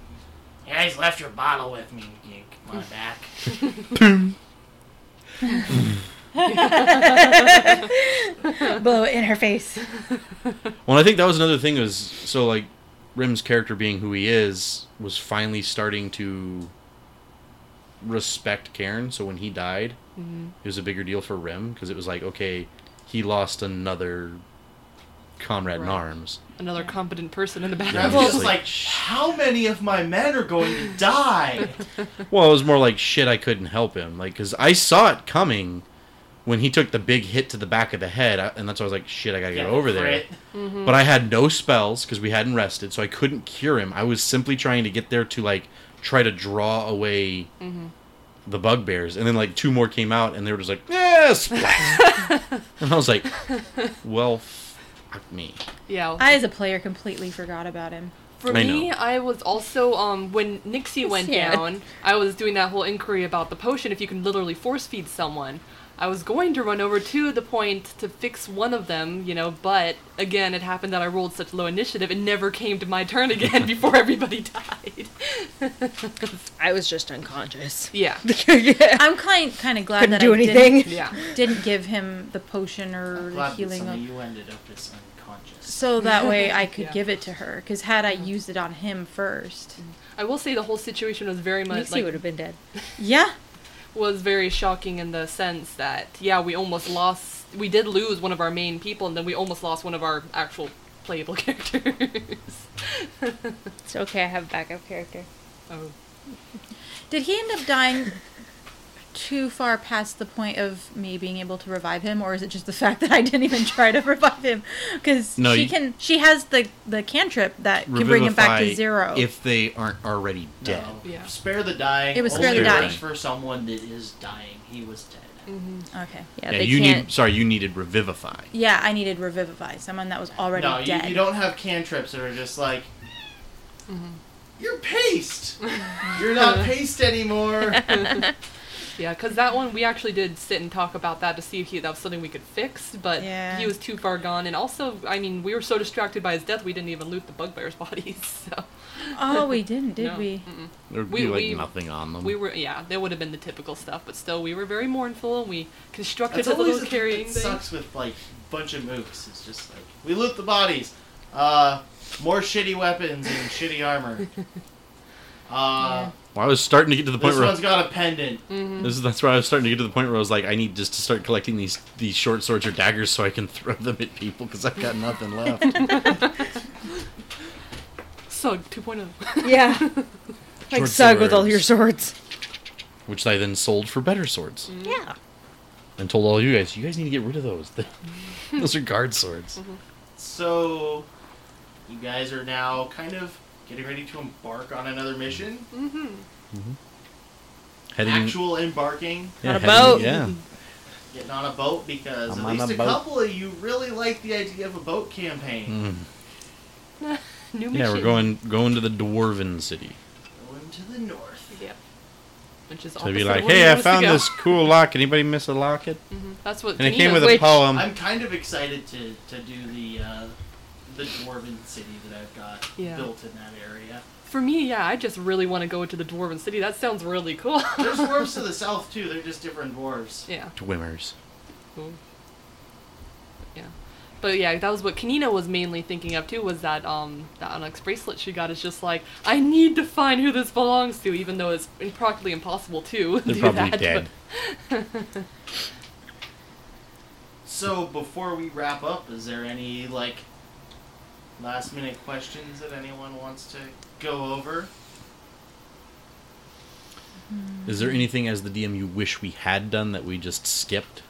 A: you guys left your bottle with me. You come on back.
B: Blow it in her face.
C: Well, I think that was another thing was so like Rim's character being who he is was finally starting to respect Karen. So when he died,
D: Mm-hmm.
C: it was a bigger deal for Rim because it was like, okay, he lost another comrade in
D: Right.
C: arms.
D: another competent person in the
A: I was
D: background.
C: Well-
A: just like, how many of my men are going to die?
C: Well, it was more like shit. I couldn't help him, like because I saw it coming when he took the big hit to the back of the head, I- and that's why I was like, shit, I gotta get
A: Yeah,
C: over
A: crit.
C: there. But I had no spells because we hadn't rested, so I couldn't cure him. I was simply trying to get there to like try to draw away
B: Mm-hmm.
C: the bugbears, and then like two more came out, and they were just like, yes, and I was like, well, fuck me.
D: yeah.
B: I, as a player, completely forgot about him.
D: For
C: I
D: me,
C: know.
D: I was also um when Nixie went
G: Yeah.
D: down, I was doing that whole inquiry about the potion if you can literally force feed someone. I was going to run over to the point to fix one of them, you know, but again, it happened that I rolled such low initiative, it never came to my turn again before everybody died.
G: I was just unconscious.
D: yeah.
B: I'm kind kind of glad
G: Couldn't
B: that
G: do
B: I
G: anything.
D: Yeah.
B: Didn't, didn't give him the potion or the
A: Glad that
B: healing.
A: some of
B: Of,
A: you ended up as unconscious.
B: so that way I could
D: Yeah.
B: give it to her. Because had I
G: Mm-hmm.
B: used it on him first,
A: Mm-hmm.
D: I will say the whole situation was very much
G: Nixie
D: like
G: would have been dead.
B: yeah,
D: was very shocking in the sense that yeah we almost lost we did lose one of our main people and then we almost lost one of our actual playable characters
G: It's okay. I have a backup character.
D: oh
B: did he end up dying? Too far past the point of me being able to revive him, or is it just the fact that I didn't even try to revive him? Because
C: No,
B: she
C: you-
B: can, she has the the cantrip that can bring him back to
C: Revivify
B: zero.
C: if they aren't already dead.
A: No.
D: Yeah.
A: Spare the dying.
B: It was
A: only
B: spare
C: the
A: works
C: dying.
A: for someone that is dying. He was dead.
B: okay,
G: Yeah,
C: Yeah,
G: they
C: you
G: can't.
C: need. Sorry, you needed revivify.
B: yeah, I needed revivify, someone that was already
A: No, you,
B: dead.
A: you don't have cantrips that are just like.
B: Mm-hmm.
A: You're paste. You're not paste anymore.
D: Yeah, because that one we actually did sit and talk about that to see if he, that was something we could fix, but
G: Yeah.
D: he was too far gone. And also, I mean, we were so distracted by his death, we didn't even loot the bugbear's bodies. So
B: Oh, we didn't, did
D: No.
B: we?
C: There'd
D: We-
C: be like
D: we-
C: nothing on them.
D: we were, yeah, there would have been the typical stuff, but still, we were very mournful and we constructed
A: That's
D: a
A: always
D: little
A: the
D: carrying
A: thing that
D: thing.
A: sucks with like bunch of mooks. It's just like we loot the bodies, uh, more shitty weapons and shitty armor. Uh,
C: well, I was starting to get to the point
A: this
C: where
A: one's got a pendant.
D: Mm-hmm.
C: this is, that's where I was starting to get to the point where I was like, I need just to start collecting these these short swords or daggers so I can throw them at people because I've got nothing left.
D: So 2.0.
G: Yeah. like
C: Short
G: Sug with all your
C: swords.
G: swords.
C: which I then sold for better swords
G: Yeah.
C: and told all you guys, you guys need to get rid of those. those are guard swords.
A: So you guys are now kind of getting ready to embark on another mission.
C: Heading
A: Actual embarking,
C: yeah,
G: on a
C: heading-
G: boat.
C: Yeah,
A: getting on a boat because
C: I'm
A: at
C: on
A: least
C: a
A: a
C: boat.
A: couple of you really like the idea of a boat campaign.
C: Mm.
D: New mission.
C: yeah. We're going going to the dwarven city. Hmm.
A: Going to the north.
D: Yep. Which is
C: So they'd
D: opposite
C: be
D: of
C: like,
D: where we
C: hey, I
D: want us to
C: found
D: go."
C: this cool locket. Anybody miss a locket?
D: Mhm, That's what.
C: And it came with
D: Nina-
C: a
G: Which-
C: poem.
A: I'm kind of excited to, to do the uh, the dwarven city that I've got
D: Yeah.
A: built in that area.
D: For me, yeah, I just really want to go to the dwarven city. That sounds really cool.
A: There's dwarves to the south too. They're just different dwarves.
D: yeah.
C: Dwimmers.
D: Cool. Yeah. But yeah, that was what Kanina was mainly thinking of too, was that um that Onyx bracelet she got is just like, I need to find who this belongs to, even though it's im- practically impossible to
C: They're
D: do
C: probably
D: that. but-
C: dead.
A: So before we wrap up, is there any like last minute questions that anyone wants to go over?
C: Is there anything as the DM you wish we had done that we just skipped?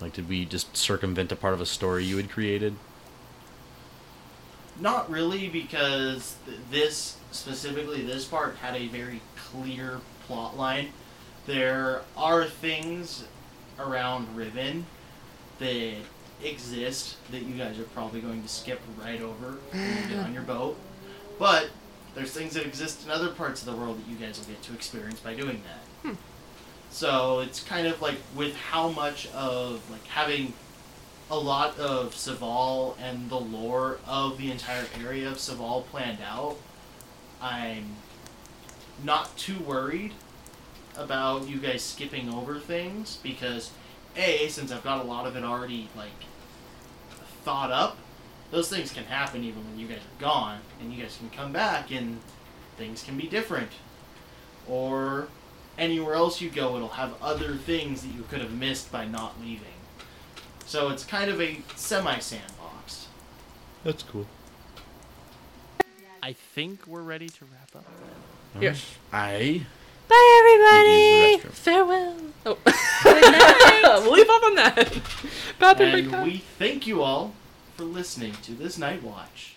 C: Like, did we just circumvent a part of a story you had created?
A: Not really, because th- this specifically this part had a very clear plot line. There are things around Ribbon that exist that you guys are probably going to skip right over when you get on your boat, but there's things that exist in other parts of the world that you guys will get to experience by doing that. So it's kind of like with how much of like having a lot of Saval and the lore of the entire area of Saval planned out, I'm not too worried about you guys skipping over things because A, since I've got a lot of it already like thought up, those things can happen even when you guys are gone and you guys can come back and things can be different. Or anywhere else you go it'll have other things that you could have missed by not leaving. So it's kind of a semi sandbox.
C: That's cool.
A: I think we're ready to wrap up.
D: Yes.
C: I.
G: Bye,
C: Need
G: everybody.
C: to use
G: Farewell.
D: Oh. we'll leave off on that. Bathroom break
A: And
D: time.
A: we thank you all for listening to this night watch.